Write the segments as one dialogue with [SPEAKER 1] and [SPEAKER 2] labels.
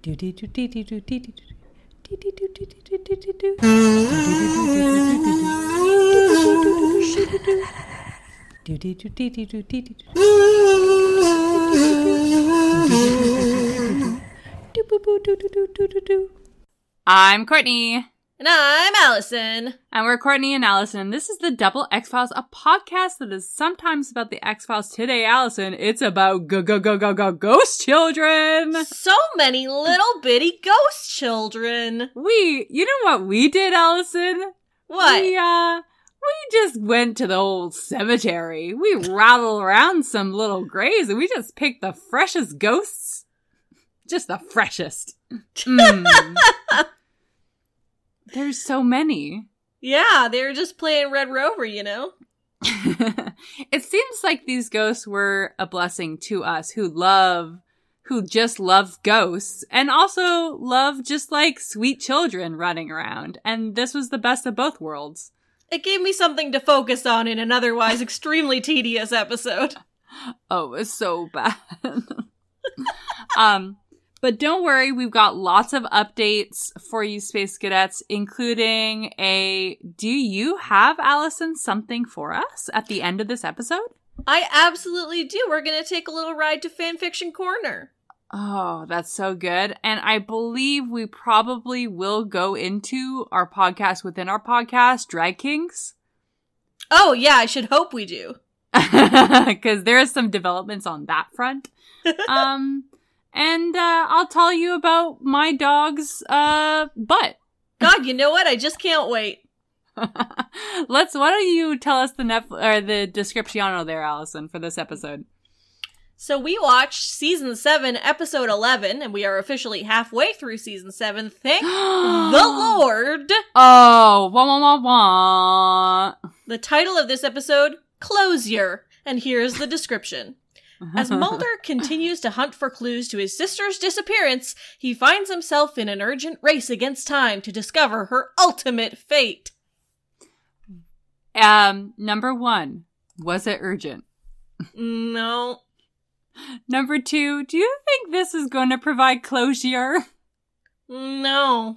[SPEAKER 1] Do do do do do do do do
[SPEAKER 2] I'm Courtney.
[SPEAKER 3] And I'm Allison.
[SPEAKER 2] And we're Courtney and Allison. This is the Double X Files, a podcast that is sometimes about the X Files. Today, Allison, it's about go go go go go ghost children.
[SPEAKER 3] So many little bitty ghost children.
[SPEAKER 2] We, you know what we did, Allison?
[SPEAKER 3] What?
[SPEAKER 2] We, uh, we just went to the old cemetery. We rattled around some little graves and we just picked the freshest ghosts. Just the freshest. Mm. There's so many.
[SPEAKER 3] Yeah, they were just playing Red Rover, you know?
[SPEAKER 2] it seems like these ghosts were a blessing to us who love, who just love ghosts and also love just like sweet children running around. And this was the best of both worlds.
[SPEAKER 3] It gave me something to focus on in an otherwise extremely tedious episode.
[SPEAKER 2] Oh, it was so bad. um, but don't worry, we've got lots of updates for you, Space Cadets, including a Do you have, Allison, something for us at the end of this episode?
[SPEAKER 3] I absolutely do. We're going to take a little ride to Fanfiction Corner.
[SPEAKER 2] Oh, that's so good. And I believe we probably will go into our podcast within our podcast, Drag Kings,
[SPEAKER 3] Oh, yeah, I should hope we do.
[SPEAKER 2] because there is some developments on that front. um, and uh, I'll tell you about my dog's uh, butt.
[SPEAKER 3] God, you know what? I just can't wait.
[SPEAKER 2] Let's. Why don't you tell us the Netflix or the descriptiano there, Allison, for this episode?
[SPEAKER 3] So we watched season 7, episode 11, and we are officially halfway through season 7. Thank the Lord.
[SPEAKER 2] Oh, wah wah wah wah.
[SPEAKER 3] The title of this episode, Closure, and here's the description. As Mulder continues to hunt for clues to his sister's disappearance, he finds himself in an urgent race against time to discover her ultimate fate.
[SPEAKER 2] Um, number one, was it urgent?
[SPEAKER 3] No.
[SPEAKER 2] Number two, do you think this is going to provide closure?
[SPEAKER 3] No.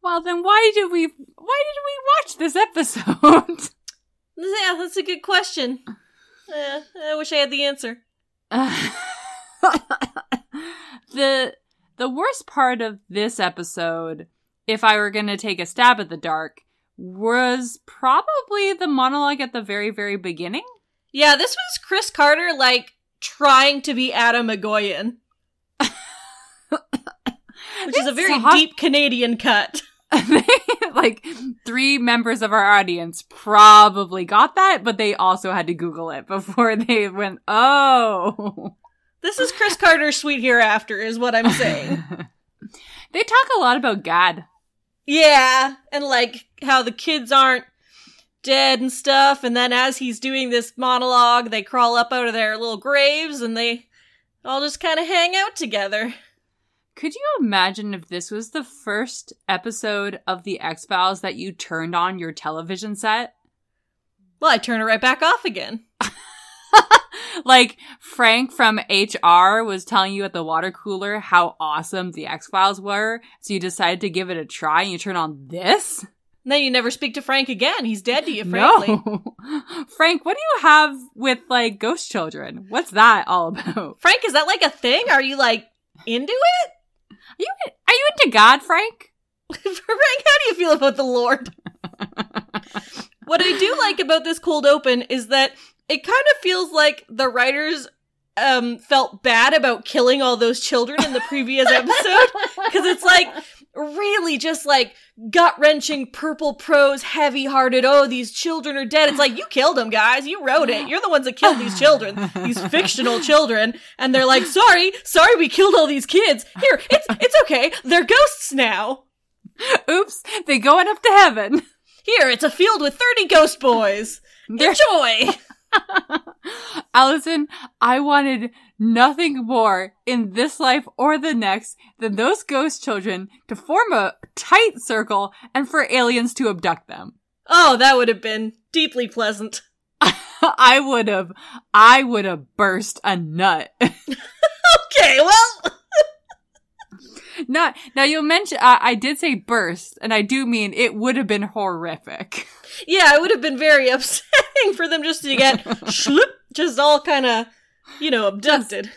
[SPEAKER 2] Well, then why did we why did we watch this episode?
[SPEAKER 3] Yeah, that's a good question. Eh, I wish I had the answer.
[SPEAKER 2] the the worst part of this episode, if I were going to take a stab at the dark, was probably the monologue at the very very beginning.
[SPEAKER 3] Yeah, this was Chris Carter, like, trying to be Adam Agoyan. Which is a
[SPEAKER 2] It's
[SPEAKER 3] very
[SPEAKER 2] soft.
[SPEAKER 3] deep Canadian cut.
[SPEAKER 2] like three members of our audience probably got that, but they also had to Google it before they went, oh.
[SPEAKER 3] This is Chris Carter's Sweet Hereafter, is what I'm saying.
[SPEAKER 2] they talk a lot about God.
[SPEAKER 3] yeah, and like how the kids aren't dead and stuff, and then as he's doing this monologue, they crawl up out of their little graves and they all just kind of hang out together.
[SPEAKER 2] Could you imagine if this was the first episode of The X Files that you turned on your television set?
[SPEAKER 3] Well, I turn it right back off again.
[SPEAKER 2] Like Frank from HR was telling you at the water cooler how awesome The X Files were, so you decided to give it a try and you turn on this?
[SPEAKER 3] And then you never speak to Frank again. He's dead to you, frankly.
[SPEAKER 2] No. Frank, what do you have with like ghost children? What's that all about?
[SPEAKER 3] Frank, is that like a thing? Are you like into it?
[SPEAKER 2] Are you are you into God, Frank?
[SPEAKER 3] Frank, how do you feel about the Lord? what I do like about this cold open is that it kind of feels like the writers um, felt bad about killing all those children in the previous episode because it's like really just like gut wrenching, purple prose, heavy hearted. Oh, these children are dead. It's like you killed them, guys. You wrote it. You're the ones that killed these children, these fictional children. And they're like, sorry, sorry, we killed all these kids. Here, it's it's okay. They're ghosts now.
[SPEAKER 2] Oops, they going up to heaven.
[SPEAKER 3] Here, it's a field with 30 ghost boys.
[SPEAKER 2] They're-
[SPEAKER 3] Enjoy!
[SPEAKER 2] Allison, I wanted nothing more in this life or the next than those ghost children to form a tight circle and for aliens to abduct them.
[SPEAKER 3] oh, that would have been deeply pleasant.
[SPEAKER 2] I would have, I would have burst a nut.
[SPEAKER 3] Okay, well,
[SPEAKER 2] Not now. You mentioned uh, I did say burst, and I do mean it would have been horrific.
[SPEAKER 3] Yeah, it would have been very upsetting for them just to get schloop, just all kind of, you know, abducted.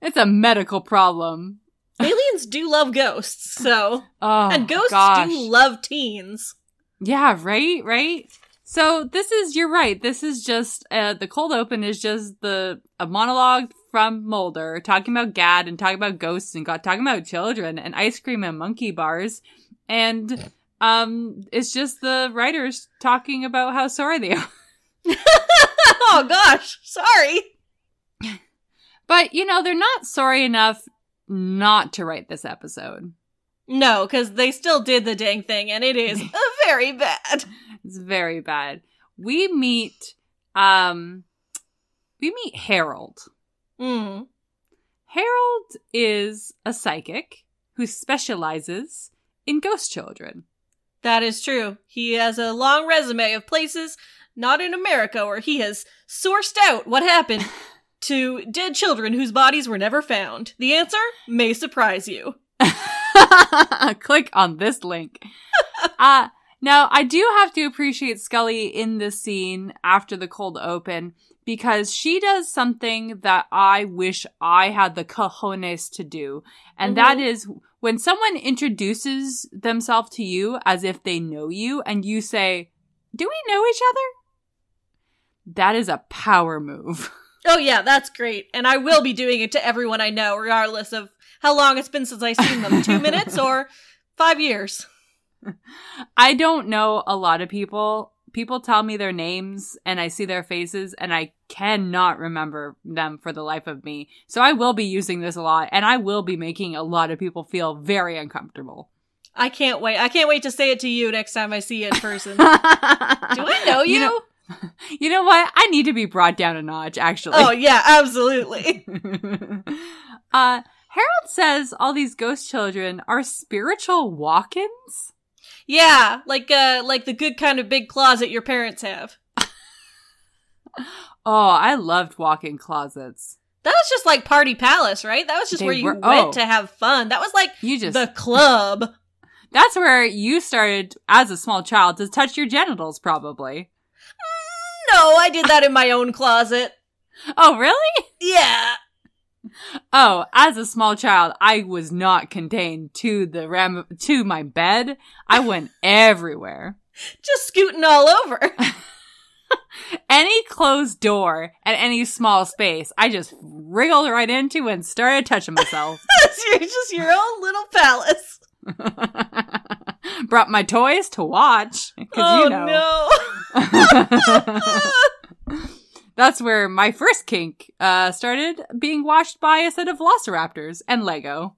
[SPEAKER 2] It's a medical problem.
[SPEAKER 3] Aliens do love ghosts, so
[SPEAKER 2] Oh,
[SPEAKER 3] and ghosts
[SPEAKER 2] gosh.
[SPEAKER 3] do love teens.
[SPEAKER 2] Yeah, right, right. So this is you're right. This is just uh, the cold open is just the a monologue from Mulder talking about Gad and talking about ghosts and got talking about children and ice cream and monkey bars, and um, it's just the writers talking about how sorry they are.
[SPEAKER 3] oh gosh, sorry.
[SPEAKER 2] But you know they're not sorry enough not to write this episode.
[SPEAKER 3] No, because they still did the dang thing, and it is uh, very bad.
[SPEAKER 2] It's very bad. We meet um, we meet Harold.
[SPEAKER 3] Mm.
[SPEAKER 2] Harold is a psychic who specializes in ghost children.
[SPEAKER 3] That is true. He has a long resume of places not in America where he has sourced out what happened to dead children whose bodies were never found. The answer may surprise you.
[SPEAKER 2] Click on this link. uh, now, I do have to appreciate Scully in this scene after the cold open because she does something that I wish I had the cojones to do. And that is when someone introduces themselves to you as if they know you and you say, Do we know each other? That is a power move.
[SPEAKER 3] Oh yeah, that's great. And I will be doing it to everyone I know, regardless of how long it's been since I've seen them. Two minutes or five years.
[SPEAKER 2] I don't know a lot of people. People tell me their names and I see their faces and I cannot remember them for the life of me. So I will be using this a lot and I will be making a lot of people feel very uncomfortable.
[SPEAKER 3] I can't wait. I can't wait to say it to you next time I see you in person.
[SPEAKER 2] Do
[SPEAKER 3] Do I know you?
[SPEAKER 2] You know, you know what? I need to be brought down a notch, actually.
[SPEAKER 3] oh yeah, absolutely.
[SPEAKER 2] uh, Harold says all these ghost children are spiritual walk ins.
[SPEAKER 3] Yeah, like uh like the good kind of big closet your parents have.
[SPEAKER 2] Oh, I loved walk in closets.
[SPEAKER 3] That was just like Party Palace, right? That was just
[SPEAKER 2] They
[SPEAKER 3] where you
[SPEAKER 2] were-
[SPEAKER 3] went
[SPEAKER 2] oh.
[SPEAKER 3] to have fun. That was like
[SPEAKER 2] You just
[SPEAKER 3] the club.
[SPEAKER 2] That's where you started as a small child to touch your genitals, probably.
[SPEAKER 3] No, I did that in my own closet.
[SPEAKER 2] Oh, really?
[SPEAKER 3] Yeah.
[SPEAKER 2] Oh, as a small child, I was not contained to the ram to my bed. I went everywhere.
[SPEAKER 3] Just scooting all over.
[SPEAKER 2] Any closed door and any small space, I just wriggled right into and started touching myself.
[SPEAKER 3] That's your, just your own little palace.
[SPEAKER 2] Brought my toys to watch because
[SPEAKER 3] Oh
[SPEAKER 2] you know.
[SPEAKER 3] no.
[SPEAKER 2] That's where my first kink uh, started being watched by a set of velociraptors and Lego.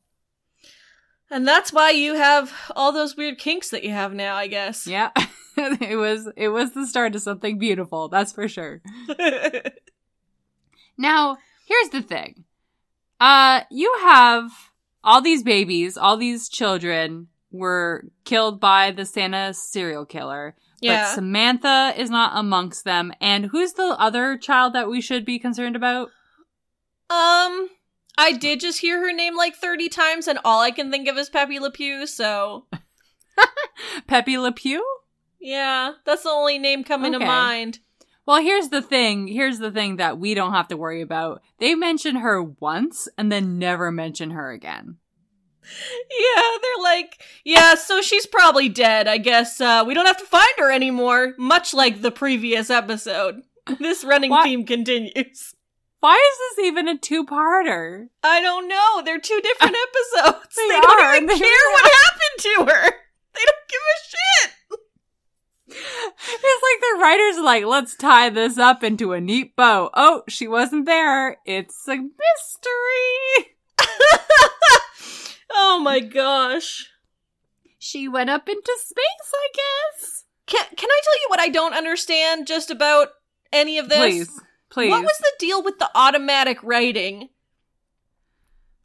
[SPEAKER 3] And that's why you have all those weird kinks that you have now, I guess.
[SPEAKER 2] Yeah, it was it was the start of something beautiful. That's for sure. Now here's the thing: uh, you have all these babies, all these children were killed by the Santa serial killer. But
[SPEAKER 3] yeah.
[SPEAKER 2] Samantha is not amongst them. And who's the other child that we should be concerned about?
[SPEAKER 3] um I did just hear her name like 30 times and all I can think of is Pepe Le Pew, so
[SPEAKER 2] Pepe Le Pew?
[SPEAKER 3] yeah, that's the only name coming
[SPEAKER 2] Okay.
[SPEAKER 3] to mind.
[SPEAKER 2] Well, here's the thing. Here's the thing that we don't have to worry about. They mention her once and then never mention her again.
[SPEAKER 3] Yeah, they're like, yeah, so she's probably dead. I guess uh, we don't have to find her anymore, much like the previous episode. This running
[SPEAKER 2] Why-
[SPEAKER 3] theme continues.
[SPEAKER 2] Why is this even a two-parter?
[SPEAKER 3] I don't know. They're two different episodes.
[SPEAKER 2] They
[SPEAKER 3] They, don't
[SPEAKER 2] are,
[SPEAKER 3] even
[SPEAKER 2] they
[SPEAKER 3] care what happened to her. They don't give a shit.
[SPEAKER 2] It's like the writers are like, let's tie this up into a neat bow. Oh, she wasn't there. It's a mystery.
[SPEAKER 3] Oh my gosh.
[SPEAKER 2] She went up into space, I guess.
[SPEAKER 3] Can can I tell you what I don't understand just about any of this?
[SPEAKER 2] Please, please.
[SPEAKER 3] What was the deal with the automatic writing?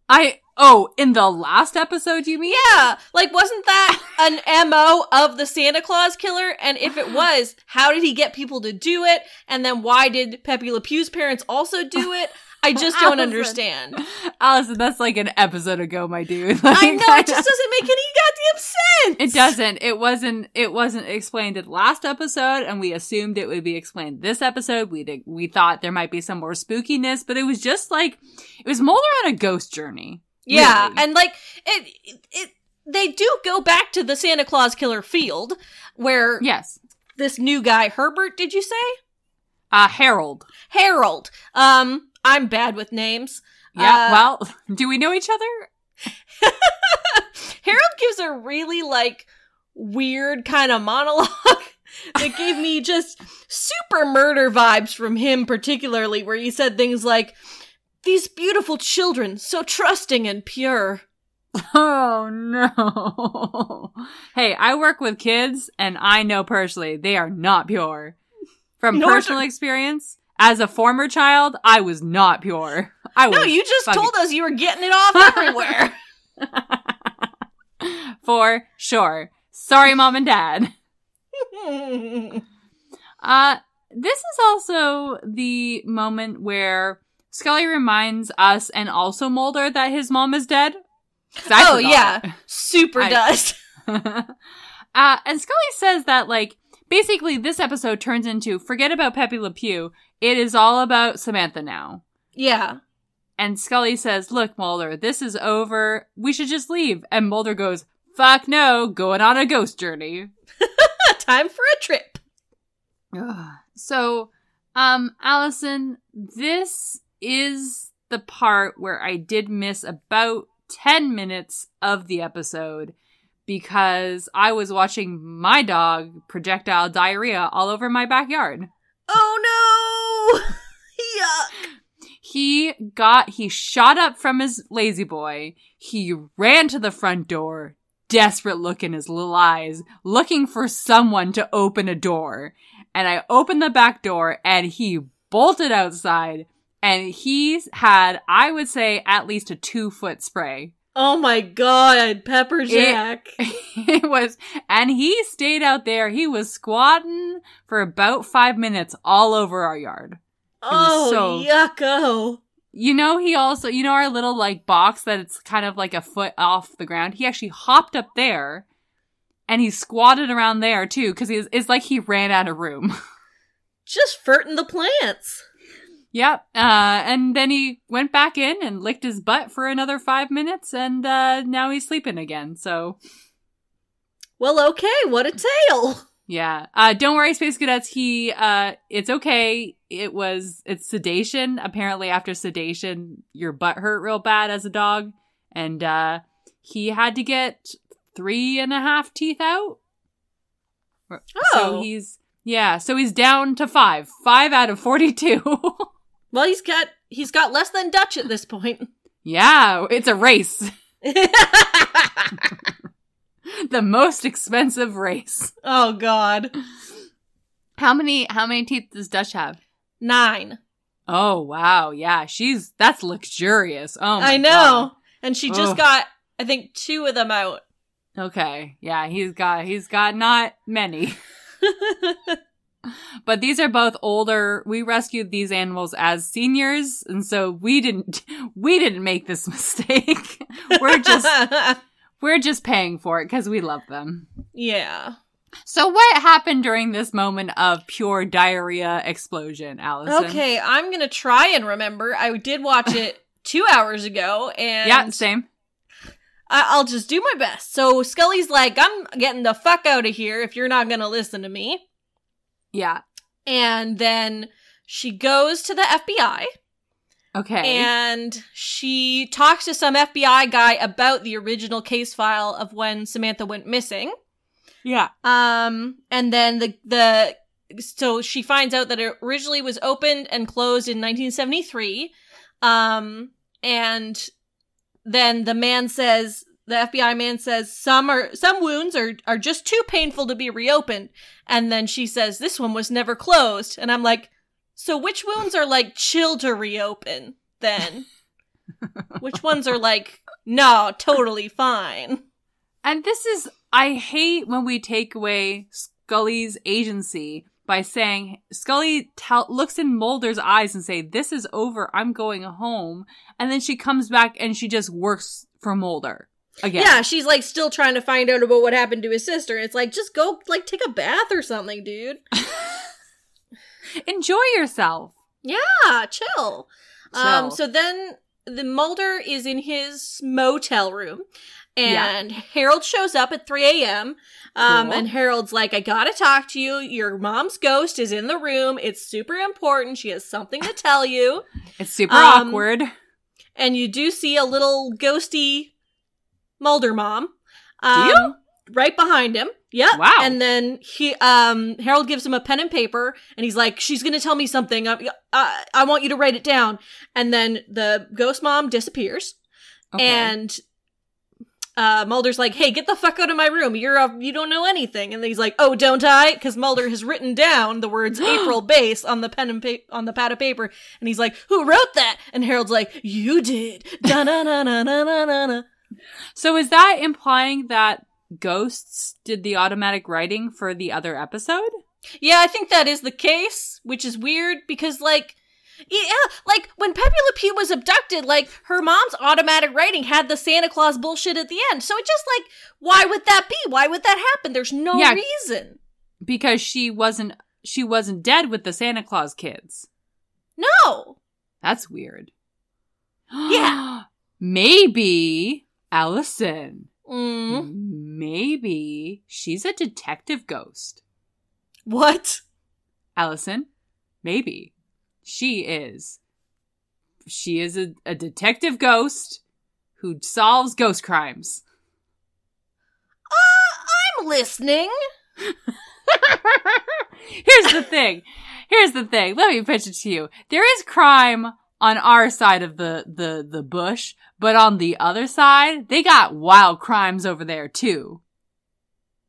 [SPEAKER 2] I? Oh, in the last episode, you mean?
[SPEAKER 3] Yeah, like wasn't that an MO of the Santa Claus killer? And if it was, how did he get people to do it? And then why did Pepe Le Pew's parents also do it? I just don't
[SPEAKER 2] Allison.
[SPEAKER 3] understand.
[SPEAKER 2] Allison, that's like an episode ago, my dude. Like,
[SPEAKER 3] I know it just doesn't make any goddamn sense.
[SPEAKER 2] It doesn't. It wasn't. It wasn't explained at last episode, and we assumed it would be explained this episode. We did, we thought there might be some more spookiness, but it was just like it was Mulder on a ghost journey.
[SPEAKER 3] Yeah,
[SPEAKER 2] Really.
[SPEAKER 3] and like it, it, it, they do go back to the Santa Claus killer field where
[SPEAKER 2] Yes,
[SPEAKER 3] this new guy Herbert. Did you say
[SPEAKER 2] uh, Harold.
[SPEAKER 3] Harold? Um, I'm bad with names.
[SPEAKER 2] Yeah.
[SPEAKER 3] Uh,
[SPEAKER 2] well, do we know each other?
[SPEAKER 3] Harold gives a really like weird kind of monologue that gave me just super murder vibes from him particularly where he said things like these beautiful children so trusting and pure
[SPEAKER 2] Oh no. hey, I work with kids, and I know personally they are not pure. From
[SPEAKER 3] Nor do-
[SPEAKER 2] personal experience, as a former child, I was not pure. I was
[SPEAKER 3] no you just
[SPEAKER 2] fucking-
[SPEAKER 3] told us you were getting it off everywhere
[SPEAKER 2] for sure. Sorry, mom and dad. Uh, this is also the moment where Scully reminds us and also Mulder that his mom is dead. 'Cause I
[SPEAKER 3] oh
[SPEAKER 2] forgot.
[SPEAKER 3] yeah, super
[SPEAKER 2] I-
[SPEAKER 3] does.
[SPEAKER 2] uh, and Scully says that like basically this episode turns into forget about Pepe Le Pew. It is all about Samantha now.
[SPEAKER 3] Yeah,
[SPEAKER 2] And Scully says, "Look, Mulder, this is over. We should just leave." And Mulder goes, "Fuck no, going on a ghost journey."
[SPEAKER 3] time for a trip.
[SPEAKER 2] Ugh. So, um, Allison, this is the part where I did miss about 10 minutes of the episode because I was watching my dog projectile diarrhea all over my backyard.
[SPEAKER 3] Oh no! Yuck!
[SPEAKER 2] He got, he shot up from his lazy boy. He ran to the front door, desperate look in his little eyes, looking for someone to open a door. And I opened the back door and he bolted outside and he's had, I would say, at least a two foot spray.
[SPEAKER 3] Oh my god, Pepper Jack.
[SPEAKER 2] it was, and he stayed out there. He was squatting for about five minutes all over our yard.
[SPEAKER 3] oh
[SPEAKER 2] so-
[SPEAKER 3] yucko.
[SPEAKER 2] You know, he also, you know, our little like box that it's kind of like a foot off the ground. He actually hopped up there and he squatted around there too because it's like he ran out of room.
[SPEAKER 3] Just furting the plants.
[SPEAKER 2] yep. Uh, and then he went back in and licked his butt for another five minutes and uh, now he's sleeping again. So
[SPEAKER 3] Well, okay, what a tale.
[SPEAKER 2] yeah. Uh, don't worry, Space Cadets. He, uh, it's okay. It was, it's sedation. Apparently, after sedation, your butt hurt real bad as a dog. And, uh, he had to get three and a half teeth out. So
[SPEAKER 3] Oh.
[SPEAKER 2] he's, yeah. So he's down to five. Five out of 42.
[SPEAKER 3] Well, he's got he's got less than Dutch at this point.
[SPEAKER 2] yeah. It's a race. the most expensive race.
[SPEAKER 3] oh god.
[SPEAKER 2] How many, how many teeth does Dutch have?
[SPEAKER 3] Nine.
[SPEAKER 2] Oh wow, yeah, she's that's luxurious. Oh, my
[SPEAKER 3] I know.
[SPEAKER 2] God.
[SPEAKER 3] And she just
[SPEAKER 2] Ugh.
[SPEAKER 3] got I think two of them out.
[SPEAKER 2] Okay, yeah, he's got he's got not many, but these are both older. We rescued these animals as seniors, and so we didn't we didn't make this mistake. we're just we're just paying for it because we love them.
[SPEAKER 3] Yeah.
[SPEAKER 2] So what happened during this moment of pure diarrhea explosion, Allison?
[SPEAKER 3] Okay, I'm gonna try and remember. I did watch it two hours ago, and
[SPEAKER 2] yeah, same.
[SPEAKER 3] I- I'll just do my best. So Scully's like, "I'm getting the fuck out of here if you're not gonna listen to me,"
[SPEAKER 2] Yeah.
[SPEAKER 3] and then she goes to the FBI
[SPEAKER 2] Okay.
[SPEAKER 3] and she talks to some FBI guy about the original case file of when Samantha went missing.
[SPEAKER 2] yeah.
[SPEAKER 3] Um, and then the the so she finds out that it originally was opened and closed in 1973. Um, and then the man says the FBI man says some are some wounds are are just too painful to be reopened. And then she says this one was never closed. And I'm like, so which wounds are like chill to reopen then? which ones are like no, totally fine.
[SPEAKER 2] And this is, I hate when we take away Scully's agency by saying Scully tell, looks in Mulder's eyes and say, "This is over. I'm going home." And then she comes back and she just works for Mulder again.
[SPEAKER 3] Yeah, she's like still trying to find out about what happened to his sister. It's like just go like take a bath or something, dude.
[SPEAKER 2] Enjoy yourself.
[SPEAKER 3] Yeah, chill. Um
[SPEAKER 2] Chill.
[SPEAKER 3] so then the Mulder is in his motel room and Harold shows up at 3 a.m. Um,
[SPEAKER 2] Cool.
[SPEAKER 3] and Harold's like, I gotta talk to you. Your mom's ghost is in the room. It's super important. She has something to tell you.
[SPEAKER 2] It's super
[SPEAKER 3] Um,
[SPEAKER 2] awkward.
[SPEAKER 3] And you do see a little ghosty Mulder mom. Um,
[SPEAKER 2] you?
[SPEAKER 3] Right behind him. Yep.
[SPEAKER 2] Wow.
[SPEAKER 3] And then he, um, Harold gives him a pen and paper, and he's like, "She's gonna tell me something. I, I, I want you to write it down." And then the ghost mom disappears, and uh, Mulder's like, "Hey, get the fuck out of my room. You're a, you don't know anything." And then he's like, "Oh, don't I?" Because Mulder has written down the words April Base on the pen and pa- on the pad of paper, and he's like, "Who wrote that?" And Harold's like, "You did." Da na na na na na na na.
[SPEAKER 2] so is that implying that ghosts did the automatic writing for the other episode?
[SPEAKER 3] Yeah, I think that is the case, which is weird because like yeah, like when Pepe Le Pew was abducted, like her mom's automatic writing had the Santa Claus bullshit at the end. So it's just like, why would that be? Why would that happen? There's no
[SPEAKER 2] Yeah.
[SPEAKER 3] reason.
[SPEAKER 2] Because she wasn't she wasn't dead with the Santa Claus kids.
[SPEAKER 3] No.
[SPEAKER 2] That's weird.
[SPEAKER 3] Yeah.
[SPEAKER 2] Maybe Allison.
[SPEAKER 3] Mm.
[SPEAKER 2] Maybe she's a detective ghost.
[SPEAKER 3] What?
[SPEAKER 2] Allison, maybe she is. She is a, a detective ghost who solves ghost crimes.
[SPEAKER 3] Uh, I'm listening.
[SPEAKER 2] Here's the thing. Here's the thing. Let me pitch it to you. There is crime on our side of the, the, the bush, but on the other side, they got wild crimes over there too.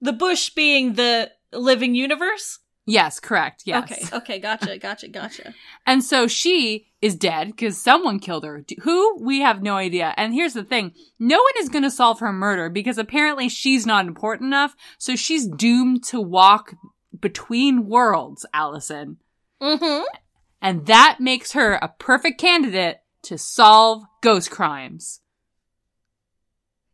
[SPEAKER 3] The bush being the living universe?
[SPEAKER 2] Yes, correct. Yes.
[SPEAKER 3] Okay, okay, gotcha, gotcha, gotcha.
[SPEAKER 2] And so she is dead because someone killed her. D- Who? We have no idea. And here's the thing. No one is going to solve her murder because apparently she's not important enough. So she's doomed to walk between worlds, Allison.
[SPEAKER 3] Mm-hmm.
[SPEAKER 2] And that makes her a perfect candidate to solve ghost crimes.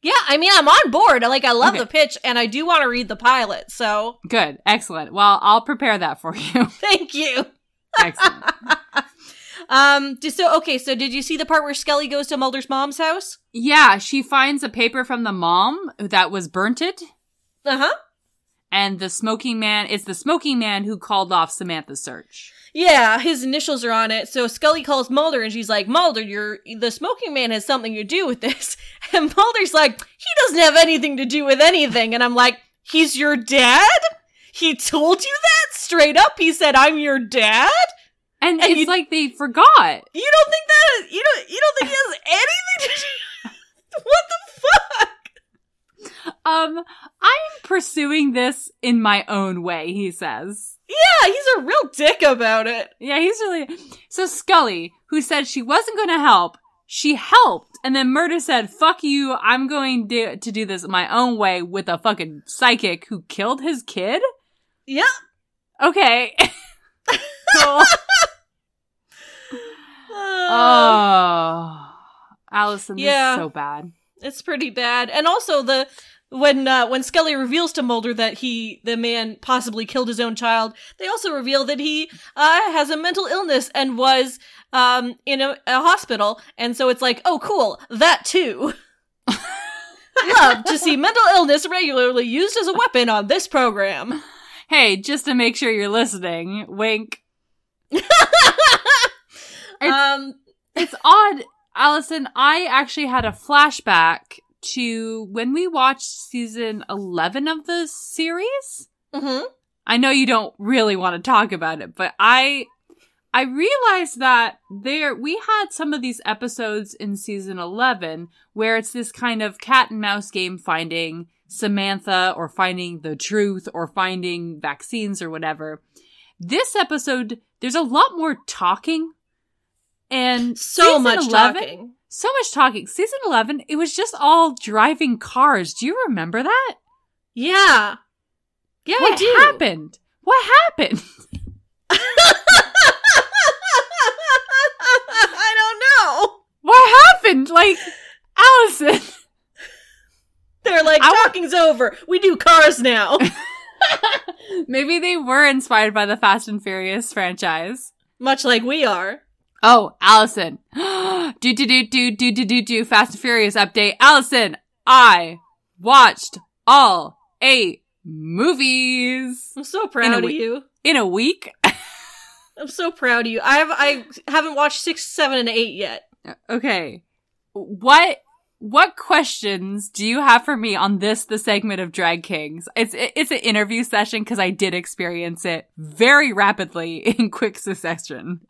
[SPEAKER 3] Yeah, I mean I'm on board. Like I love
[SPEAKER 2] Okay.
[SPEAKER 3] the pitch and I do want to read the pilot, so
[SPEAKER 2] Good. Excellent. Well, I'll prepare that for you.
[SPEAKER 3] thank you.
[SPEAKER 2] Excellent.
[SPEAKER 3] um. d- So okay. So did you see the part where Skelly goes to Mulder's mom's house?
[SPEAKER 2] yeah, she finds a paper from the mom that was burnted.
[SPEAKER 3] Uh huh.
[SPEAKER 2] And the smoking man, it's the smoking man who called off Samantha's search.
[SPEAKER 3] Yeah, his initials are on it. So Scully calls Mulder and she's like, "Mulder, you're the smoking man has something to do with this." And Mulder's like, "He doesn't have anything to do with anything." And I'm like, "He's your dad? He told you that straight up. He said, "I'm your dad."
[SPEAKER 2] And,
[SPEAKER 3] And
[SPEAKER 2] it's
[SPEAKER 3] you-
[SPEAKER 2] like they forgot.
[SPEAKER 3] You don't think that is, you don't you don't think he has anything to do? what the fuck?
[SPEAKER 2] Um, I'm pursuing this in my own way, he says.
[SPEAKER 3] Yeah, he's a real dick about it.
[SPEAKER 2] Yeah, he's really. So Scully, who said she wasn't going to help, she helped. And then Murder said, fuck you, I'm going to, to do this my own way with a fucking psychic who killed his kid?
[SPEAKER 3] Yeah.
[SPEAKER 2] Okay. cool.
[SPEAKER 3] Uh,
[SPEAKER 2] Oh. Allison, this
[SPEAKER 3] Yeah.
[SPEAKER 2] is so bad.
[SPEAKER 3] It's pretty bad. And also the when uh, when Scully reveals to Mulder that he the man possibly killed his own child, they also reveal that he uh, has a mental illness and was um, in a, a hospital. And so it's like, oh, cool, that too. Love to see mental illness regularly used as a weapon on this program.
[SPEAKER 2] Hey, just to make sure you're listening, wink.
[SPEAKER 3] um,
[SPEAKER 2] it's odd, Allison. I actually had a flashback to when we watched season 11 of the series.
[SPEAKER 3] mhm.
[SPEAKER 2] I know you don't really want to talk about it, but I I realized that there we had some of these episodes in season 11 where it's this kind of cat and mouse game finding Samantha or finding the truth or finding vaccines or whatever. This episode there's a lot more talking and
[SPEAKER 3] so
[SPEAKER 2] season
[SPEAKER 3] much
[SPEAKER 2] 11
[SPEAKER 3] talking.
[SPEAKER 2] so much talking. Season 11, it was just all driving cars. Do you remember that?
[SPEAKER 3] Yeah, yeah,
[SPEAKER 2] what
[SPEAKER 3] I do.
[SPEAKER 2] happened? What happened?
[SPEAKER 3] I don't know.
[SPEAKER 2] What happened? Like, Allison.
[SPEAKER 3] They're like,
[SPEAKER 2] I wa-
[SPEAKER 3] talking's over. We do cars now.
[SPEAKER 2] Maybe they were inspired by the Fast and Furious franchise.
[SPEAKER 3] Much like we are.
[SPEAKER 2] Oh, Allison. do, do, do, do, do, do, do, do. Fast and Furious update. Allison, I watched all eight movies
[SPEAKER 3] I'm so
[SPEAKER 2] In a
[SPEAKER 3] proud of
[SPEAKER 2] week.
[SPEAKER 3] you.
[SPEAKER 2] in a week.
[SPEAKER 3] I'm so proud of you. I have I haven't watched six, seven, and eight yet.
[SPEAKER 2] Okay. What what questions do you have for me on this the segment of Drag Kings? It's it's an interview session cuz I did experience it very rapidly in quick succession.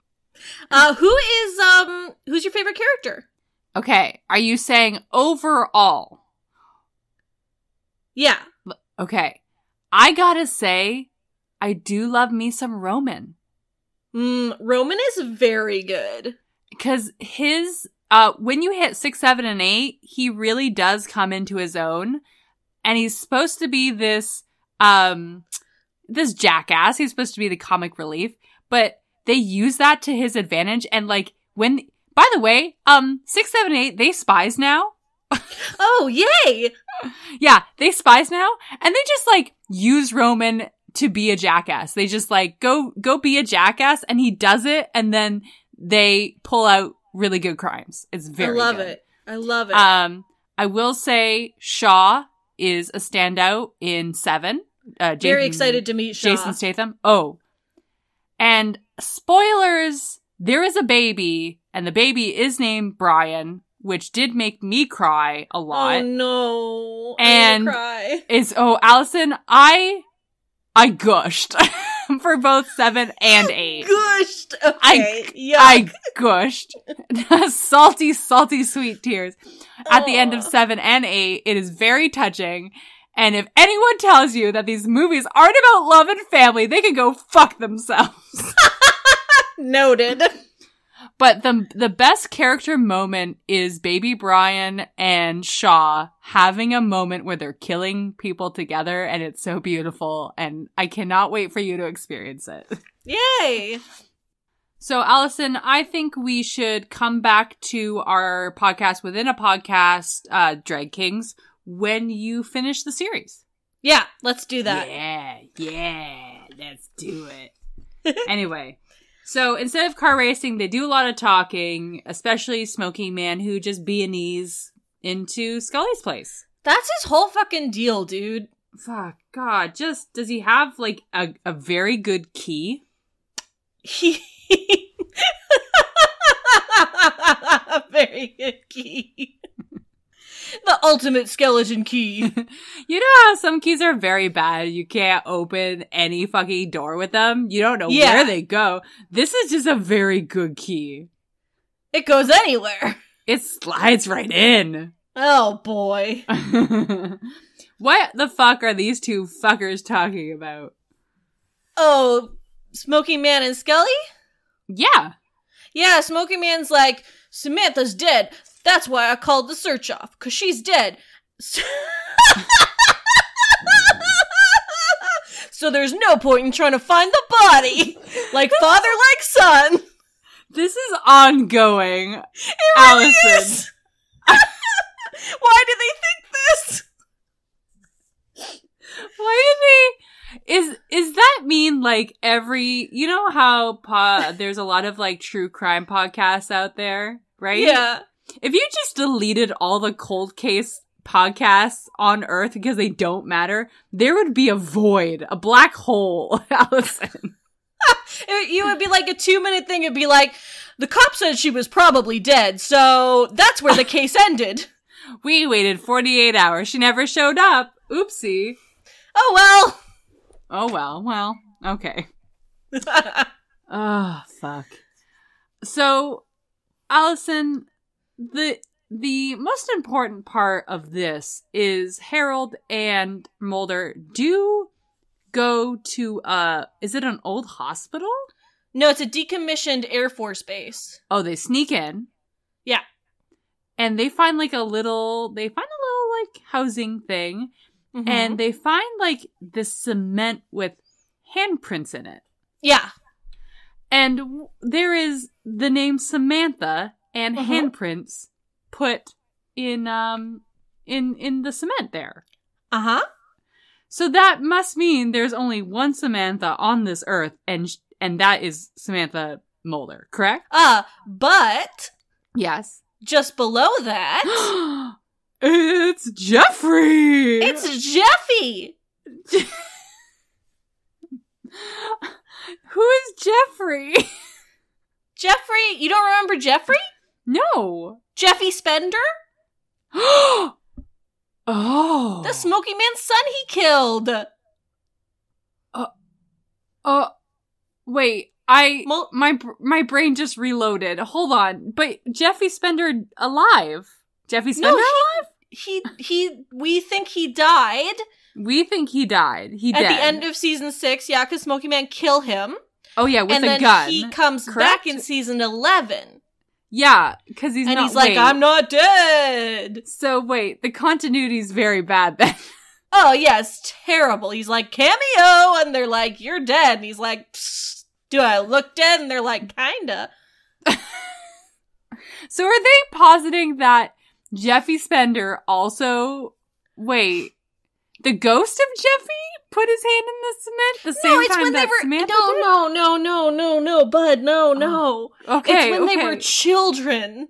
[SPEAKER 3] Uh who is um who's your favorite character?
[SPEAKER 2] Okay, are you saying overall?
[SPEAKER 3] Yeah.
[SPEAKER 2] Okay. I got to say I do love me some Roman
[SPEAKER 3] Mm, Roman is very good.
[SPEAKER 2] cuz his uh when you hit 6 7 and 8, he really does come into his own and he's supposed to be this um this jackass. He's supposed to be the comic relief, but they use that to his advantage and like when by the way, um 6 7 8 they spies now.
[SPEAKER 3] Oh yay!
[SPEAKER 2] Yeah, they spies now, and they just like use Roman to be a jackass. They just like go go be a jackass, and he does it, and then they pull out really good crimes. It's very
[SPEAKER 3] I love
[SPEAKER 2] good.
[SPEAKER 3] it. I love it.
[SPEAKER 2] Um, I will say Shaw is a standout in Seven. Uh, Jason-
[SPEAKER 3] very excited to meet Shaw.
[SPEAKER 2] Jason Statham. Oh, and spoilers. There is a baby, and the baby is named Brian, which did make me cry a lot
[SPEAKER 3] Oh no.
[SPEAKER 2] And-
[SPEAKER 3] I wanna cry.
[SPEAKER 2] is oh Allison, I I gushed for both seven and eight.
[SPEAKER 3] Gushed. Okay. yeah.
[SPEAKER 2] I gushed. salty, salty, sweet tears. At the end of
[SPEAKER 3] Aw.
[SPEAKER 2] seven and eight, it is very touching. And if anyone tells you that these movies aren't about love and family, they can go fuck themselves.
[SPEAKER 3] Noted.
[SPEAKER 2] But the the best character moment is Baby Brian and Shaw having a moment where they're killing people together, and it's so beautiful. And I cannot wait for you to experience it.
[SPEAKER 3] Yay.
[SPEAKER 2] So, Allison, I think we should come back to our podcast within a podcast, uh, Drag Kings, when you finish the series.
[SPEAKER 3] Yeah, let's do that.
[SPEAKER 2] Yeah, yeah, let's do it. anyway, so instead of car racing, they do a lot of talking, especially Smoking Man, who just Beanese into Scully's place.
[SPEAKER 3] That's his whole fucking deal, dude.
[SPEAKER 2] Fuck, God, just does he have like a, a very good key?
[SPEAKER 3] He very good key. The ultimate skeleton key.
[SPEAKER 2] You know how some keys are very bad. You can't open any fucking door with them. You don't know
[SPEAKER 3] Yeah.
[SPEAKER 2] where they go. This is just a very good key.
[SPEAKER 3] It goes anywhere.
[SPEAKER 2] It slides right in.
[SPEAKER 3] Oh boy.
[SPEAKER 2] what the fuck are these two fuckers talking about?
[SPEAKER 3] Oh, Smoking Man and Skelly?
[SPEAKER 2] Yeah.
[SPEAKER 3] Yeah, Smoking Man's like, Samantha's dead. That's why I called the search off, because she's dead. So-" so there's no point in trying to find the body. Like father, like son.
[SPEAKER 2] This is ongoing.
[SPEAKER 3] really
[SPEAKER 2] Allison.
[SPEAKER 3] is. Why do they think this?
[SPEAKER 2] Why did they is is that mean like every you know how po- there's a lot of like true crime podcasts out there, right?
[SPEAKER 3] Yeah.
[SPEAKER 2] If you just deleted all the cold case podcasts on Earth because they don't matter, there would be a void, a black hole, Allison.
[SPEAKER 3] It, it would be like a two minute thing. It'd be like, the cop said she was probably dead, so that's where the case ended.
[SPEAKER 2] We waited 48 hours. She never showed up. Oopsie.
[SPEAKER 3] Oh
[SPEAKER 2] Oh well, well, okay.
[SPEAKER 3] well.
[SPEAKER 2] Oh fuck. So, Allison, the the most important part of this is Harold and Mulder do go to uh is it an old hospital?
[SPEAKER 3] no, it's a decommissioned Air Force base.
[SPEAKER 2] Oh, they sneak in.
[SPEAKER 3] Yeah.
[SPEAKER 2] And they find like a little they find a little like housing thing
[SPEAKER 3] Mm-hmm.
[SPEAKER 2] and they find like this cement with handprints in it.
[SPEAKER 3] yeah.
[SPEAKER 2] And w- there is the name Samantha and
[SPEAKER 3] Uh-huh.
[SPEAKER 2] handprints put in um in in the cement there.
[SPEAKER 3] Uh huh.
[SPEAKER 2] So that must mean there's only one Samantha on this earth and sh- and that is Samantha Mulder, correct?
[SPEAKER 3] Uh, but
[SPEAKER 2] Yes.
[SPEAKER 3] just below that,
[SPEAKER 2] it's Jeffrey.
[SPEAKER 3] it's Jeffy.
[SPEAKER 2] Who is Jeffrey?
[SPEAKER 3] Jeffrey, you don't remember Jeffrey?
[SPEAKER 2] no.
[SPEAKER 3] Jeffy Spender?
[SPEAKER 2] oh. The
[SPEAKER 3] The Smoky Man's son he killed.
[SPEAKER 2] Oh, wait. I
[SPEAKER 3] Mul-
[SPEAKER 2] my br- my brain just reloaded. Hold on. But Jeffy Spender alive? Jeffy
[SPEAKER 3] No,
[SPEAKER 2] Spender?
[SPEAKER 3] he he we think he died
[SPEAKER 2] we think he died. He
[SPEAKER 3] at
[SPEAKER 2] dead.
[SPEAKER 3] the end of season six. Yeah, because Smoky Man kill him,
[SPEAKER 2] oh yeah, with
[SPEAKER 3] and
[SPEAKER 2] a
[SPEAKER 3] then
[SPEAKER 2] gun.
[SPEAKER 3] he comes
[SPEAKER 2] correct?
[SPEAKER 3] back in season eleven,
[SPEAKER 2] yeah, because he's
[SPEAKER 3] and
[SPEAKER 2] not.
[SPEAKER 3] he's like,
[SPEAKER 2] wait.
[SPEAKER 3] "I'm not dead."
[SPEAKER 2] So wait, the continuity's very bad then.
[SPEAKER 3] Oh yeah, it's terrible. He's like cameo, and they're like, "You're dead," and he's like, "Psst, "Do I look dead?" And they're like, "Kinda."
[SPEAKER 2] so are they positing that Jeffy Spender also? Wait, the ghost of Jeffy put his hand in the cement the same time that Samantha
[SPEAKER 3] no,
[SPEAKER 2] did? Oh.
[SPEAKER 3] no, no, no, no, no, bud, no, no.
[SPEAKER 2] Okay,
[SPEAKER 3] it's when they
[SPEAKER 2] okay.
[SPEAKER 3] were children.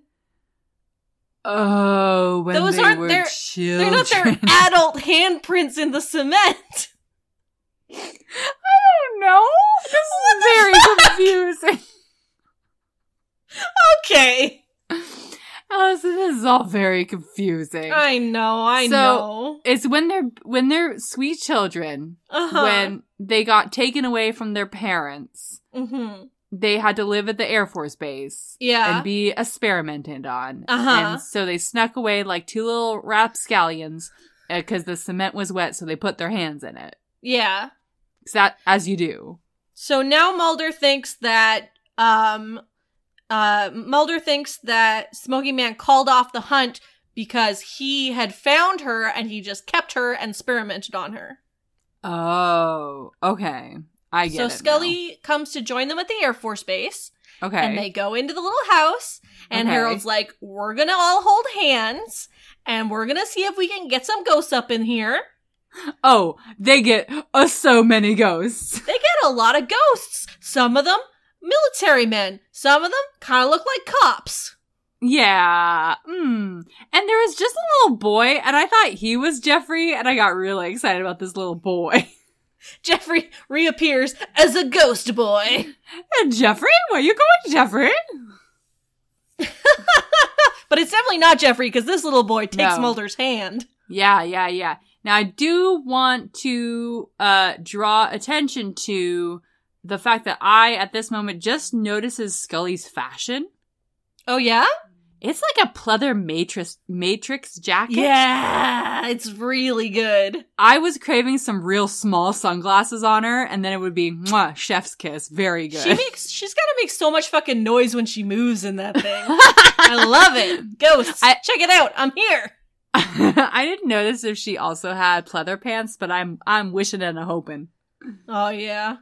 [SPEAKER 2] Oh, when
[SPEAKER 3] Those
[SPEAKER 2] they
[SPEAKER 3] aren't
[SPEAKER 2] were
[SPEAKER 3] their-
[SPEAKER 2] children.
[SPEAKER 3] They're not their adult handprints in the cement.
[SPEAKER 2] no, this is very confusing.
[SPEAKER 3] Okay.
[SPEAKER 2] Allison, this is all very confusing.
[SPEAKER 3] I know, I
[SPEAKER 2] So-
[SPEAKER 3] know.
[SPEAKER 2] it's when they're when they're sweet children
[SPEAKER 3] Uh-huh.
[SPEAKER 2] when they got taken away from their parents.
[SPEAKER 3] Mhm.
[SPEAKER 2] They had to live at the Air Force base
[SPEAKER 3] Yeah.
[SPEAKER 2] and be experimented on.
[SPEAKER 3] Uh-huh.
[SPEAKER 2] And so they snuck away like two little rapscallions because the cement was wet, so they put their hands in it.
[SPEAKER 3] yeah.
[SPEAKER 2] 'Cause that, as you do.
[SPEAKER 3] So now Mulder thinks that um uh Mulder thinks that Smoky Man called off the hunt because he had found her and he just kept her and experimented on her.
[SPEAKER 2] Oh, okay. I get
[SPEAKER 3] So
[SPEAKER 2] it. now.
[SPEAKER 3] Scully comes to join them at the Air Force Base
[SPEAKER 2] Okay.
[SPEAKER 3] and they go into the little house and
[SPEAKER 2] Okay.
[SPEAKER 3] Harold's like, We're gonna all hold hands and we're gonna see if we can get some ghosts up in here.
[SPEAKER 2] oh, they get uh, so many ghosts.
[SPEAKER 3] They get a lot of ghosts. Some of them military men. Some of them kind of look like cops.
[SPEAKER 2] Yeah. Mm. And there was just a little boy, and I thought he was Jeffrey, and I got really excited about this little boy.
[SPEAKER 3] Jeffrey reappears as a ghost boy.
[SPEAKER 2] and Jeffrey, where you going, Jeffrey?
[SPEAKER 3] But it's definitely not Jeffrey because this little boy takes
[SPEAKER 2] No.
[SPEAKER 3] Mulder's hand.
[SPEAKER 2] Yeah, yeah, yeah. Now I do want to uh draw attention to the fact that I at this moment just notices Scully's fashion.
[SPEAKER 3] Oh, yeah?
[SPEAKER 2] It's like a pleather matrix matrix jacket.
[SPEAKER 3] Yeah, it's really good.
[SPEAKER 2] I was craving some real small sunglasses on her, and then it would be mwah, chef's kiss. Very good.
[SPEAKER 3] She makes she's gotta make so much fucking noise when she moves in that thing. I love it. Ghosts.
[SPEAKER 2] I-
[SPEAKER 3] check it out. I'm here.
[SPEAKER 2] I didn't notice if she also had pleather pants, but I'm I'm wishing and a hoping.
[SPEAKER 3] Oh yeah.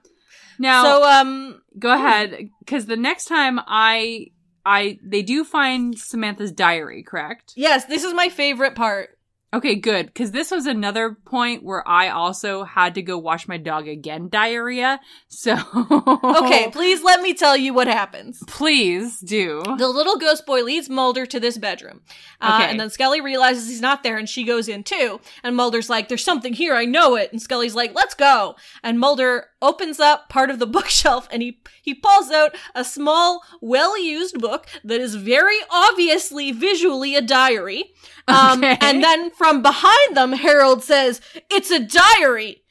[SPEAKER 2] Now
[SPEAKER 3] so um
[SPEAKER 2] go ahead, because the next time I I they do find Samantha's diary, correct?
[SPEAKER 3] yes, this is my favorite part.
[SPEAKER 2] Okay, good. Because this was another point where I also had to go wash my dog again, diarrhea. So Oh.
[SPEAKER 3] Okay, please let me tell you what happens.
[SPEAKER 2] please do.
[SPEAKER 3] The little ghost boy leads Mulder to this bedroom. Uh,
[SPEAKER 2] Okay.
[SPEAKER 3] And then Scully realizes he's not there and she goes in too. And Mulder's like, There's something here, I know it. And Scully's like, Let's go. And Mulder opens up part of the bookshelf and he, he pulls out a small, well used book that is very obviously visually a diary. Um,
[SPEAKER 2] Okay.
[SPEAKER 3] And then from behind them, Harold says, It's a diary.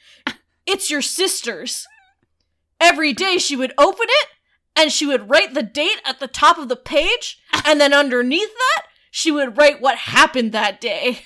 [SPEAKER 3] It's your sister's. Every day she would open it and she would write the date at the top of the page. And then underneath that, she would write what happened that day.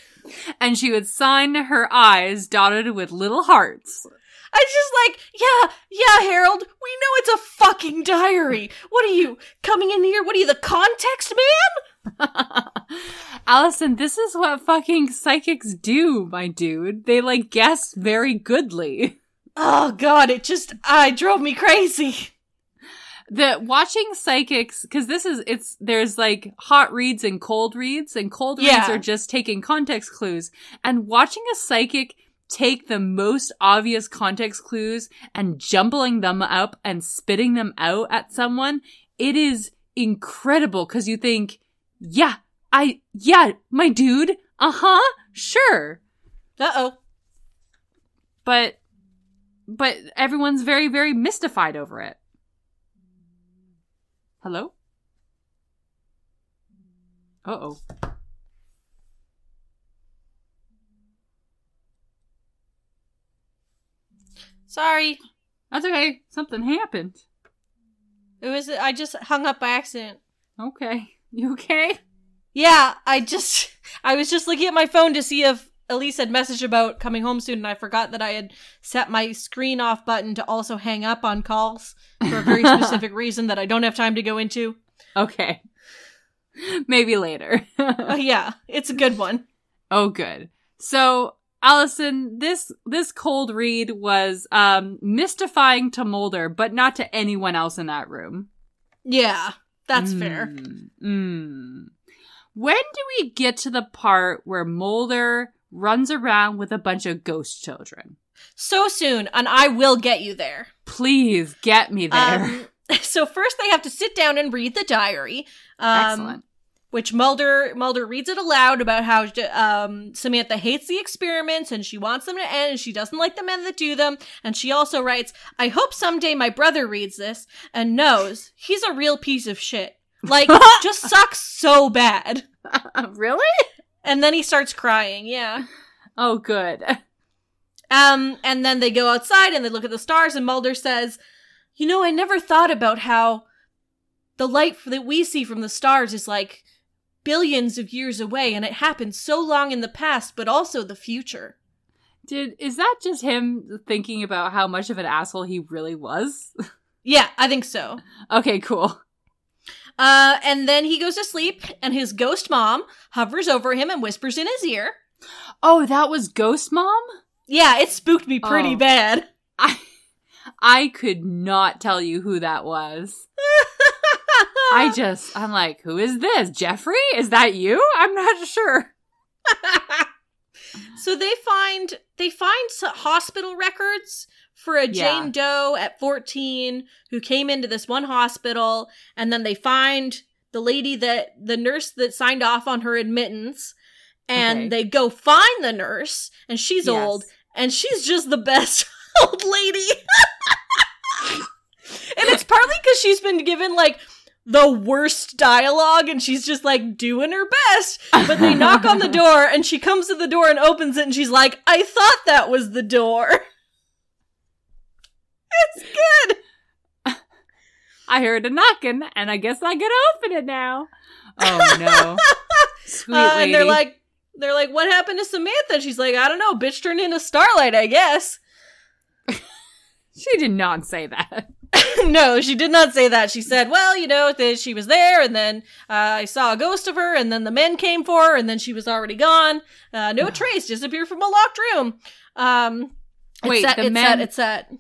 [SPEAKER 2] and she would sign her eyes dotted with little hearts.
[SPEAKER 3] I was just like, yeah, yeah, Harold, we know it's a fucking diary. What are you coming in here? What are you, the context man?
[SPEAKER 2] Allison, this is what fucking psychics do, my dude. They like guess very goodly.
[SPEAKER 3] Oh god, it just I drove me crazy.
[SPEAKER 2] the watching psychics because this is it's there's like hot reads and cold reads and cold reads
[SPEAKER 3] Yeah.
[SPEAKER 2] are just taking context clues and watching a psychic take the most obvious context clues and jumbling them up and spitting them out at someone it is incredible because you think yeah i yeah my dude uh-huh sure
[SPEAKER 3] Uh oh.
[SPEAKER 2] but but everyone's very very mystified over it hello uh-oh
[SPEAKER 3] Sorry.
[SPEAKER 2] that's okay something happened
[SPEAKER 3] It was I just hung up by accident.
[SPEAKER 2] okay you okay
[SPEAKER 3] Yeah, I just I was just looking at my phone to see if Elise had messaged about coming home soon and I forgot that I had set my screen off button to also hang up on calls for a very specific reason that I don't have time to go into.
[SPEAKER 2] okay maybe later
[SPEAKER 3] Uh, yeah, it's a good one.
[SPEAKER 2] Oh, good. So, Allison, this this cold read was um, mystifying to Mulder, but not to anyone else in that room.
[SPEAKER 3] Yeah, that's fair.
[SPEAKER 2] Mm, mm. When do we get to the part where Mulder runs around with a bunch of ghost children?
[SPEAKER 3] So soon, and I will get you there.
[SPEAKER 2] Please get me there.
[SPEAKER 3] Um, so first they have to sit down and read the diary. Um,
[SPEAKER 2] Excellent.
[SPEAKER 3] which Mulder Mulder reads it aloud about how um, Samantha hates the experiments and she wants them to end and she doesn't like the men that do them. And she also writes, "I hope someday my brother reads this and knows he's a real piece of shit. Like, just sucks so bad." um,
[SPEAKER 2] really?
[SPEAKER 3] And then he starts crying. Yeah.
[SPEAKER 2] Oh, good.
[SPEAKER 3] Um, and then they go outside and they look at the stars, and Mulder says, You know, I never thought about how the light that we see from the stars is like billions of years away, and it happened so long in the past, but also the future.
[SPEAKER 2] Did is that just him thinking about how much of an asshole he really was?
[SPEAKER 3] Yeah, I think so.
[SPEAKER 2] okay, cool.
[SPEAKER 3] Uh, and then he goes to sleep, and his ghost mom hovers over him and whispers in his ear.
[SPEAKER 2] Oh, that was Ghost Mom?
[SPEAKER 3] Yeah, it spooked me pretty
[SPEAKER 2] Oh.
[SPEAKER 3] bad.
[SPEAKER 2] I I could not tell you who that was. I just I'm like, who is this? Jeffrey? Is that you? I'm not sure.
[SPEAKER 3] so they find they find s- hospital records for a
[SPEAKER 2] Yeah.
[SPEAKER 3] Jane Doe at 14 who came into this one hospital and then they find the lady that the nurse that signed off on her admittance and
[SPEAKER 2] Okay.
[SPEAKER 3] they go find the nurse and she's
[SPEAKER 2] Yes.
[SPEAKER 3] old and she's just the best old lady. and it's partly cuz she's been given like the worst dialogue and she's just like doing her best but they knock on the door and she comes to the door and opens it and she's like, I thought that was the door. It's good.
[SPEAKER 2] I heard a knocking and I guess I gotta open it now. Oh no. Sweet
[SPEAKER 3] Uh,
[SPEAKER 2] lady.
[SPEAKER 3] and they're like, they're like, what happened to Samantha? And she's like, I don't know. Bitch turned into Starlight, I guess.
[SPEAKER 2] she did not say that.
[SPEAKER 3] no, she did not say that. She said, well, you know, th- she was there and then uh, I saw a ghost of her and then the men came for her and then she was already gone. Uh, no trace. Disappeared from a locked room. Um, it's
[SPEAKER 2] Wait,
[SPEAKER 3] that-
[SPEAKER 2] the
[SPEAKER 3] it's
[SPEAKER 2] men-
[SPEAKER 3] that- it's that.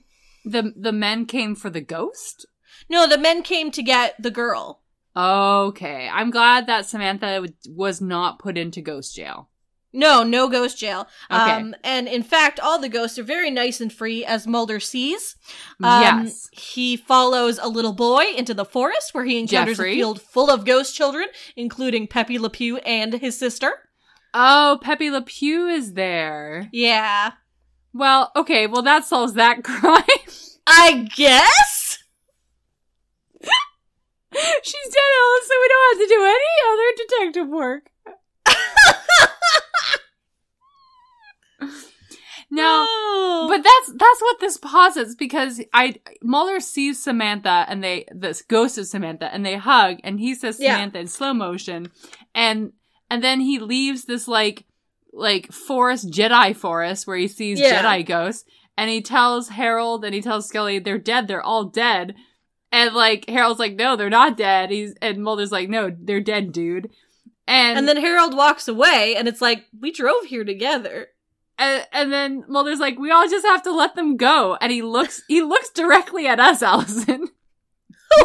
[SPEAKER 2] The the men came for the ghost?
[SPEAKER 3] No, the men came to get the girl.
[SPEAKER 2] Okay. I'm glad that Samantha w- was not put into ghost jail.
[SPEAKER 3] No, no ghost jail.
[SPEAKER 2] Okay.
[SPEAKER 3] Um, and in fact, all the ghosts are very nice and free, as Mulder sees. Um,
[SPEAKER 2] yes.
[SPEAKER 3] He follows a little boy into the forest where he encounters
[SPEAKER 2] Jeffrey.
[SPEAKER 3] a field full of ghost children, including Pepe Le Pew and his sister.
[SPEAKER 2] Oh, Pepe Le Pew is there.
[SPEAKER 3] Yeah.
[SPEAKER 2] Well, okay, well that solves that crime.
[SPEAKER 3] I guess?
[SPEAKER 2] She's dead, Alice, so we don't have to do any other detective work. now,
[SPEAKER 3] No.
[SPEAKER 2] but that's that's what this posits because I Mulder sees Samantha and they this ghost of Samantha and they hug and he says
[SPEAKER 3] Yeah.
[SPEAKER 2] Samantha in slow motion and and then he leaves this like like forest Jedi forest where he sees
[SPEAKER 3] Yeah.
[SPEAKER 2] Jedi ghosts and he tells Harold and he tells Scully they're dead they're all dead and like Harold's like no they're not dead he's and Mulder's like no they're dead dude and
[SPEAKER 3] and then Harold walks away, and it's like, we drove here together.
[SPEAKER 2] and, and then Mulder's like, "We all just have to let them go." And he looks, he looks directly at us, Allison. He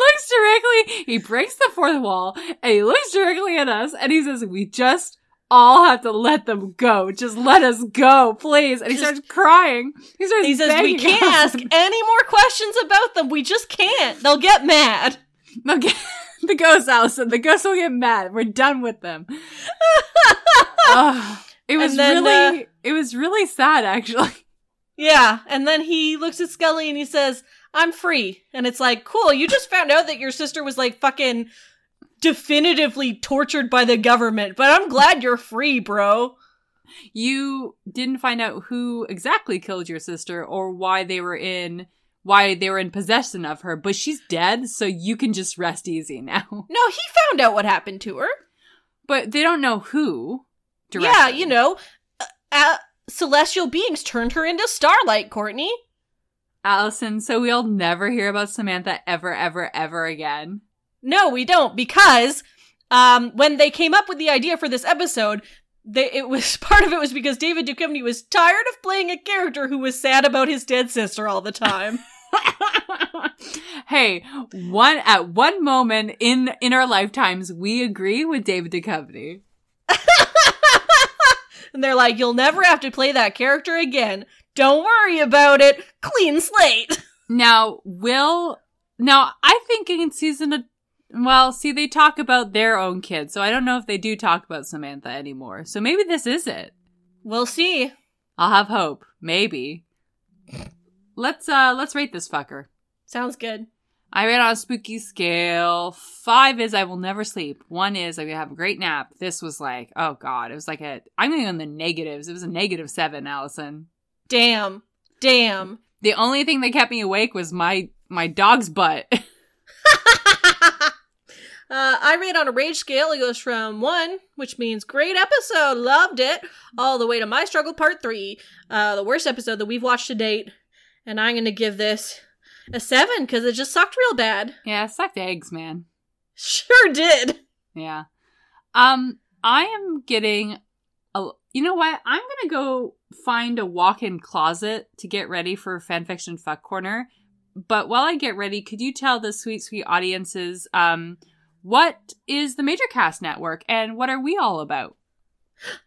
[SPEAKER 2] looks directly, he breaks the fourth wall and he looks directly at us and he says, We just all have to let them go. Just let us go, please. And he
[SPEAKER 3] Just-
[SPEAKER 2] starts crying. He starts
[SPEAKER 3] He says we
[SPEAKER 2] begging
[SPEAKER 3] can't
[SPEAKER 2] us.
[SPEAKER 3] ask any more questions about them. We just can't. They'll get mad.
[SPEAKER 2] They'll get- the ghosts, Allison. The ghosts will get mad. We're done with them. Ugh. it was
[SPEAKER 3] And then, uh,
[SPEAKER 2] really, it was really sad, actually.
[SPEAKER 3] Yeah. And then he looks at Scully and he says, I'm free. And it's like, cool, you just found out that your sister was like fucking definitively tortured by the government, but I'm glad you're free, bro.
[SPEAKER 2] You didn't find out who exactly killed your sister or why they were in, why they were in possession of her, but she's dead, so you can just rest easy now.
[SPEAKER 3] No, he found out what happened to her.
[SPEAKER 2] But they don't know who. Directly.
[SPEAKER 3] Yeah, you know, uh, uh, celestial beings turned her into starlight, Courtney.
[SPEAKER 2] Allison. So we'll never hear about Samantha ever, ever, ever again.
[SPEAKER 3] No, we don't, because um, when they came up with the idea for this episode, they, it was part of it was because David Duchovny was tired of playing a character who was sad about his dead sister all the time.
[SPEAKER 2] hey, one at one moment in in our lifetimes, we agree with David Duchovny.
[SPEAKER 3] and they're like, "You'll never have to play that character again. Don't worry about it. Clean slate."
[SPEAKER 2] Now, will now I think in season well, see, they talk about their own kids, so I don't know if they do talk about Samantha anymore. So maybe this is it.
[SPEAKER 3] We'll see.
[SPEAKER 2] I'll have hope, maybe. Let's uh let's rate this fucker.
[SPEAKER 3] Sounds good.
[SPEAKER 2] I rate on a spooky scale. Five is I will never sleep. One is I'm gonna have a great nap. This was like, oh god, it was like a. I'm going on the negatives. It was a negative seven, Allison.
[SPEAKER 3] Damn. Damn.
[SPEAKER 2] The only thing that kept me awake was my my dog's butt.
[SPEAKER 3] uh, I rate on a rage scale. It goes from one, which means great episode, loved it, all the way to my struggle part three, uh, the worst episode that we've watched to date. And I'm going to give this a seven because it just sucked real bad.
[SPEAKER 2] yeah, sucked eggs, man.
[SPEAKER 3] Sure did.
[SPEAKER 2] Yeah. Um, I am getting a. You know what? I'm gonna go find a walk-in closet to get ready for fanfiction fuck corner. But while I get ready, could you tell the sweet, sweet audiences, um, what is the Major Cast Network and what are we all about?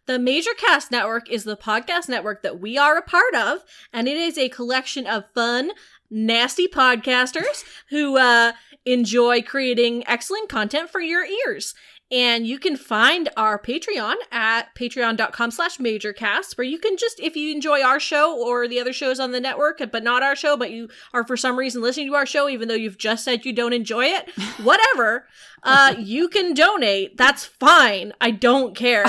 [SPEAKER 3] The Major Cast Network is the podcast network that we are a part of, and it is a collection of fun, nasty podcasters who uh, enjoy creating excellent content for your ears. And you can find our Patreon at patreon.com slash majorcast, where you can just, if you enjoy our show or the other shows on the network, but not our show, but you are for some reason listening to our show, even though you've just said you don't enjoy it, whatever, uh, you can donate. That's fine. I don't care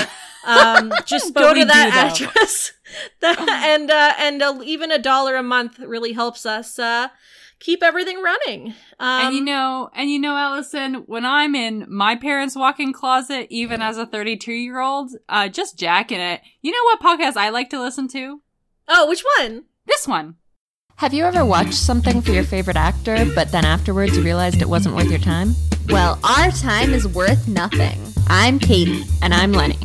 [SPEAKER 3] um, just
[SPEAKER 2] But
[SPEAKER 3] go
[SPEAKER 2] we
[SPEAKER 3] to that
[SPEAKER 2] do, though.
[SPEAKER 3] address That- and uh, and uh, even a dollar a month really helps us uh, keep everything running um,
[SPEAKER 2] and you know, and you know, Allison, when I'm in my parents' walk-in closet, even as a 32-year-old, uh, just jacking it. You know what podcast I like to listen to?
[SPEAKER 3] oh which one
[SPEAKER 2] This one.
[SPEAKER 1] Have you ever watched something for your favorite actor, but then afterwards realized it wasn't worth your time?
[SPEAKER 4] Well, our time is worth nothing.
[SPEAKER 1] I'm Katie.
[SPEAKER 4] And I'm Lenny.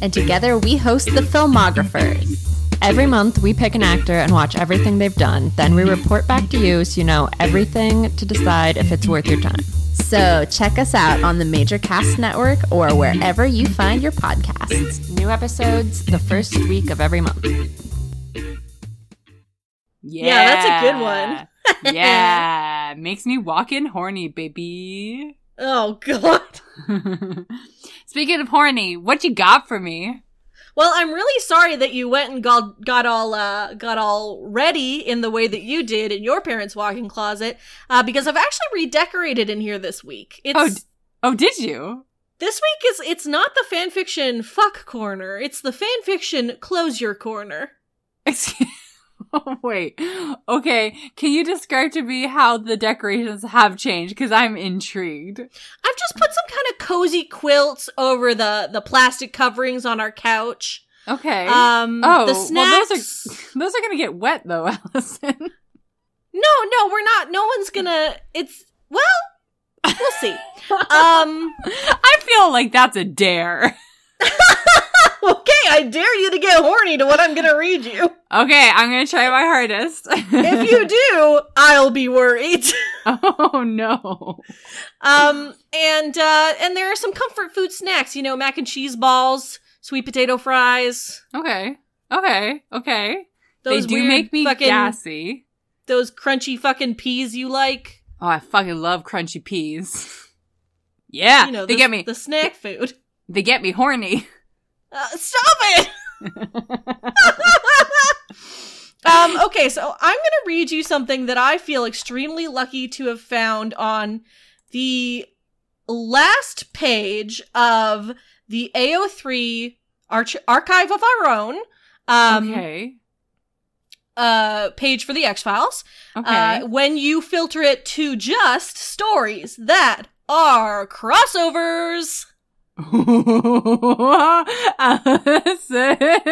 [SPEAKER 4] And together we host the Filmographers.
[SPEAKER 1] Every month, we pick an actor and watch everything they've done. Then we report back to you so you know everything to decide if it's worth your time.
[SPEAKER 4] So check us out on the Major Cast Network or wherever you find your podcasts.
[SPEAKER 1] New episodes the first week of every month.
[SPEAKER 2] Yeah,
[SPEAKER 3] that's a good one.
[SPEAKER 2] one. yeah, makes me walk in horny, baby.
[SPEAKER 3] Oh god.
[SPEAKER 2] Speaking of horny, what you got for me?
[SPEAKER 3] Well, I'm really sorry that you went and got got all uh, got all ready in the way that you did in your parents' walk-in closet, uh, because I've actually redecorated in here this week. It's
[SPEAKER 2] Oh, d- oh, did you?
[SPEAKER 3] This week is it's not the fanfiction fuck corner. It's the fanfiction close your corner.
[SPEAKER 2] Excuse- oh, wait. Okay, can you describe to me how the decorations have changed? Because I'm intrigued.
[SPEAKER 3] I've just put some kind of cozy quilts over the the plastic coverings on our couch.
[SPEAKER 2] Okay.
[SPEAKER 3] Um,
[SPEAKER 2] oh,
[SPEAKER 3] the snacks.
[SPEAKER 2] well, those are those are gonna get wet though, Allison.
[SPEAKER 3] No, no, we're not. No one's gonna. It's well, we'll see. Um,
[SPEAKER 2] I feel like that's a dare.
[SPEAKER 3] okay, I dare you to get horny to what I'm going to read you.
[SPEAKER 2] Okay, I'm gonna try my hardest.
[SPEAKER 3] If you do, I'll be worried.
[SPEAKER 2] oh no.
[SPEAKER 3] Um, and uh, and there are some comfort food snacks. You know, mac and cheese balls, sweet potato fries.
[SPEAKER 2] Okay. Okay. Okay.
[SPEAKER 3] Those
[SPEAKER 2] they do
[SPEAKER 3] weird
[SPEAKER 2] make me
[SPEAKER 3] fucking
[SPEAKER 2] gassy.
[SPEAKER 3] those crunchy fucking peas you like.
[SPEAKER 2] Oh, I fucking love crunchy peas. Yeah,
[SPEAKER 3] you know,
[SPEAKER 2] they
[SPEAKER 3] the-
[SPEAKER 2] get me.
[SPEAKER 3] the snack food.
[SPEAKER 2] They get me horny.
[SPEAKER 3] Uh, stop it. um, okay, so I'm going to read you something that I feel extremely lucky to have found on the last page of the AO3 arch- archive of our own um,
[SPEAKER 2] okay.
[SPEAKER 3] uh, page for the X Files.
[SPEAKER 2] Okay.
[SPEAKER 3] Uh, when you filter it to just stories that are crossovers. uh,
[SPEAKER 2] Allison.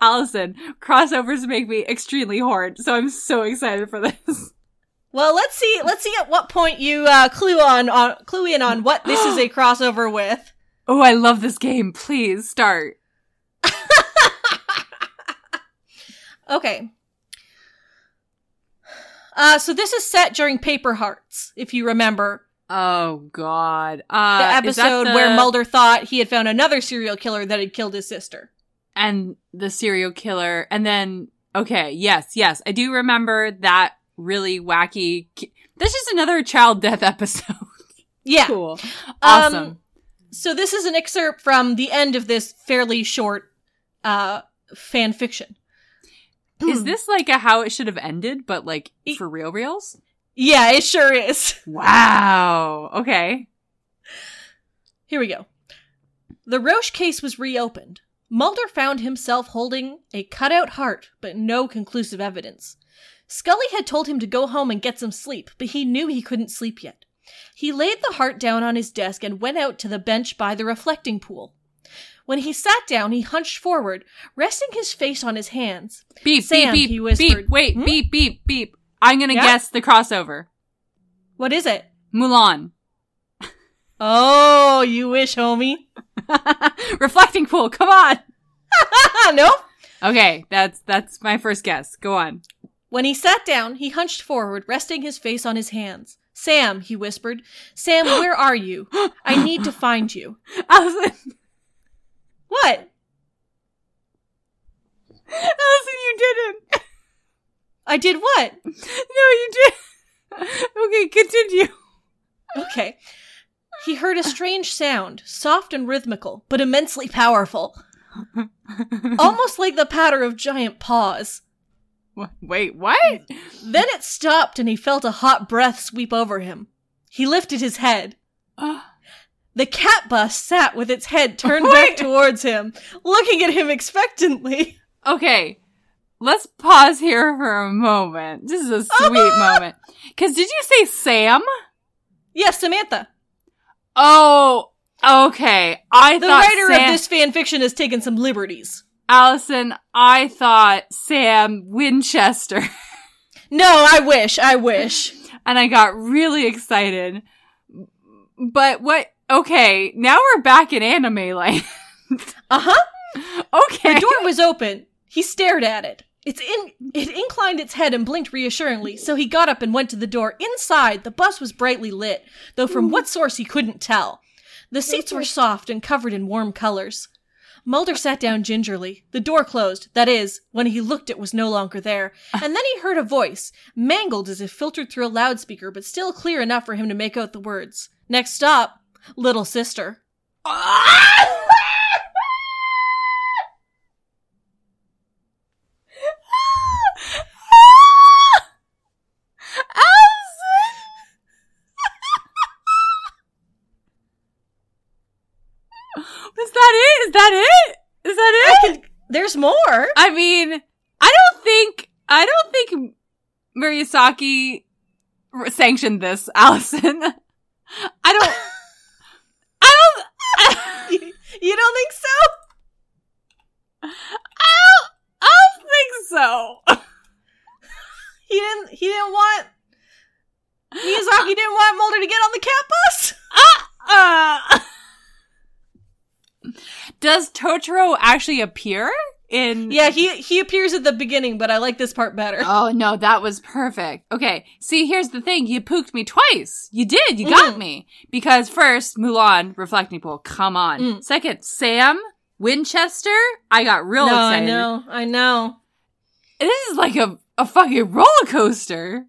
[SPEAKER 2] Allison, crossovers make me extremely horned, so I'm so excited for this.
[SPEAKER 3] Well, let's see. Let's see at what point you uh, clue on, on clue in on what this is a crossover with.
[SPEAKER 2] Oh, I love this game. Please start.
[SPEAKER 3] Okay. Uh, so this is set during Paper Hearts, if you remember
[SPEAKER 2] Oh God.
[SPEAKER 3] the
[SPEAKER 2] Uh, is that
[SPEAKER 3] episode
[SPEAKER 2] the-
[SPEAKER 3] where Mulder thought he had found another serial killer that had killed his sister.
[SPEAKER 2] and the serial killer and then okay yes yes i do remember that really wacky ki- this is another child death episode
[SPEAKER 3] Yeah.
[SPEAKER 2] cool
[SPEAKER 3] Um,
[SPEAKER 2] awesome
[SPEAKER 3] So this is an excerpt from the end of this fairly short uh, fan fiction. hmm.
[SPEAKER 2] is this like a how it should have ended but like
[SPEAKER 3] E-
[SPEAKER 2] for real reels
[SPEAKER 3] Yeah, it sure is.
[SPEAKER 2] wow okay
[SPEAKER 3] Here we go. The Roche case was reopened. Mulder found himself holding a cutout heart, but no conclusive evidence. Scully had told him to go home and get some sleep, but he knew he couldn't sleep yet. He laid the heart down on his desk and went out to the bench by the reflecting pool. When he sat down, he hunched forward, resting his face on his hands.
[SPEAKER 2] beep
[SPEAKER 3] Sam,
[SPEAKER 2] beep
[SPEAKER 3] he
[SPEAKER 2] beep
[SPEAKER 3] whispered.
[SPEAKER 2] beep wait
[SPEAKER 3] Hmm?
[SPEAKER 2] beep beep beep i'm gonna
[SPEAKER 3] Yeah?
[SPEAKER 2] guess the crossover
[SPEAKER 3] What is it?
[SPEAKER 2] mulan
[SPEAKER 3] Oh, you wish, homie.
[SPEAKER 2] reflecting pool come on
[SPEAKER 3] "Ah, no.
[SPEAKER 2] okay that's that's my first guess go on
[SPEAKER 3] When he sat down, he hunched forward, resting his face on his hands. Sam, he whispered. Sam, where are you? I need to find you.
[SPEAKER 2] Allison,
[SPEAKER 3] What?
[SPEAKER 2] Allison, you didn't.
[SPEAKER 3] I did what?
[SPEAKER 2] No, you did. Okay, continue.
[SPEAKER 3] Okay. He heard a strange sound, soft and rhythmical, but immensely powerful, almost like the patter of giant paws.
[SPEAKER 2] Wha- Wait, what?
[SPEAKER 3] Then it stopped and he felt a hot breath sweep over him. He lifted his head. The cat bus sat with its head turned back
[SPEAKER 2] Wait.
[SPEAKER 3] towards him, looking at him expectantly.
[SPEAKER 2] okay, let's pause here for a moment. This is a sweet moment. Because did you say Sam?
[SPEAKER 3] Yes, Samantha.
[SPEAKER 2] Oh, okay. I
[SPEAKER 3] The
[SPEAKER 2] thought
[SPEAKER 3] writer
[SPEAKER 2] Sam-
[SPEAKER 3] of this fan fiction has taken some liberties.
[SPEAKER 2] Allison, I thought Sam Winchester.
[SPEAKER 3] No, I wish, I wish.
[SPEAKER 2] and I got really excited. But what? Okay, now we're back in anime land.
[SPEAKER 3] Uh huh.
[SPEAKER 2] okay.
[SPEAKER 3] The door was open. He stared at it. It's in. It inclined its head and blinked reassuringly. So he got up and went to the door. Inside, the bus was brightly lit, though from what source he couldn't tell. The seats were soft and covered in warm colors. Mulder sat down gingerly. The door closed. That is, when he looked, it was no longer there. And then he heard a voice, mangled as if filtered through a loudspeaker, but still clear enough for him to make out the words. Next stop, little sister.
[SPEAKER 2] Is that it? Is that it? Is that
[SPEAKER 3] I
[SPEAKER 2] it?
[SPEAKER 3] can, there's more.
[SPEAKER 2] I mean, I don't think I don't think Murasaki r- sanctioned this, Allison. I don't. I don't. I
[SPEAKER 3] you don't think so?
[SPEAKER 2] don't. I don't think so.
[SPEAKER 3] He didn't. He didn't want. Miyazaki didn't want Mulder to get on the cat bus.
[SPEAKER 2] Uh, Does Totoro actually appear in?
[SPEAKER 3] Yeah, he he appears at the beginning, but I like this part better.
[SPEAKER 2] Oh no, that was perfect. Okay, see, here's the thing: you pooked me twice. You did. You
[SPEAKER 3] Mm.
[SPEAKER 2] got me because first Mulan, reflecting pool. Come on.
[SPEAKER 3] Mm.
[SPEAKER 2] Second, Sam Winchester. I got real
[SPEAKER 3] no,
[SPEAKER 2] excited.
[SPEAKER 3] I know, I know.
[SPEAKER 2] This is like a a fucking roller coaster.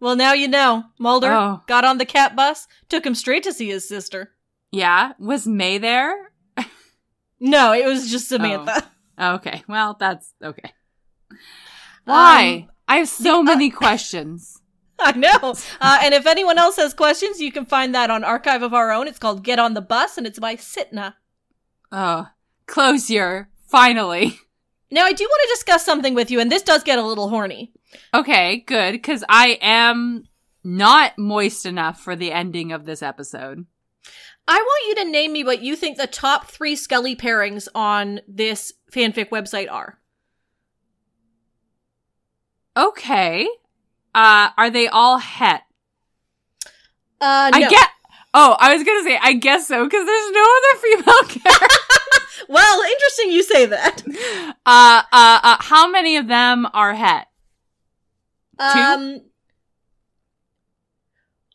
[SPEAKER 3] Well, now you know. Mulder
[SPEAKER 2] Oh.
[SPEAKER 3] got on the cat bus, took him straight to see his sister.
[SPEAKER 2] Yeah, was May there?
[SPEAKER 3] No, it was just
[SPEAKER 2] Oh.
[SPEAKER 3] Samantha. Um,
[SPEAKER 2] Okay, well, that's okay.
[SPEAKER 3] Um,
[SPEAKER 2] Why? I have
[SPEAKER 3] uh,
[SPEAKER 2] so many questions.
[SPEAKER 3] I know. Uh, and if anyone else has questions, you can find that on Archive of Our Own. It's called Get on the Bus, and it's by Sitna.
[SPEAKER 2] Oh, closure, finally.
[SPEAKER 3] Now, I do want to discuss something with you, and this does get a little horny.
[SPEAKER 2] Okay, good, because I am not moist enough for the ending of this episode.
[SPEAKER 3] I want you to name me what you think the top three Scully pairings on this fanfic website are.
[SPEAKER 2] Okay. Uh, are they all het?
[SPEAKER 3] Uh, no.
[SPEAKER 2] I get. Oh, I was gonna say I guess so because there's no other female character.
[SPEAKER 3] well, interesting you say that.
[SPEAKER 2] uh, uh, uh, how many of them are het?
[SPEAKER 3] Um,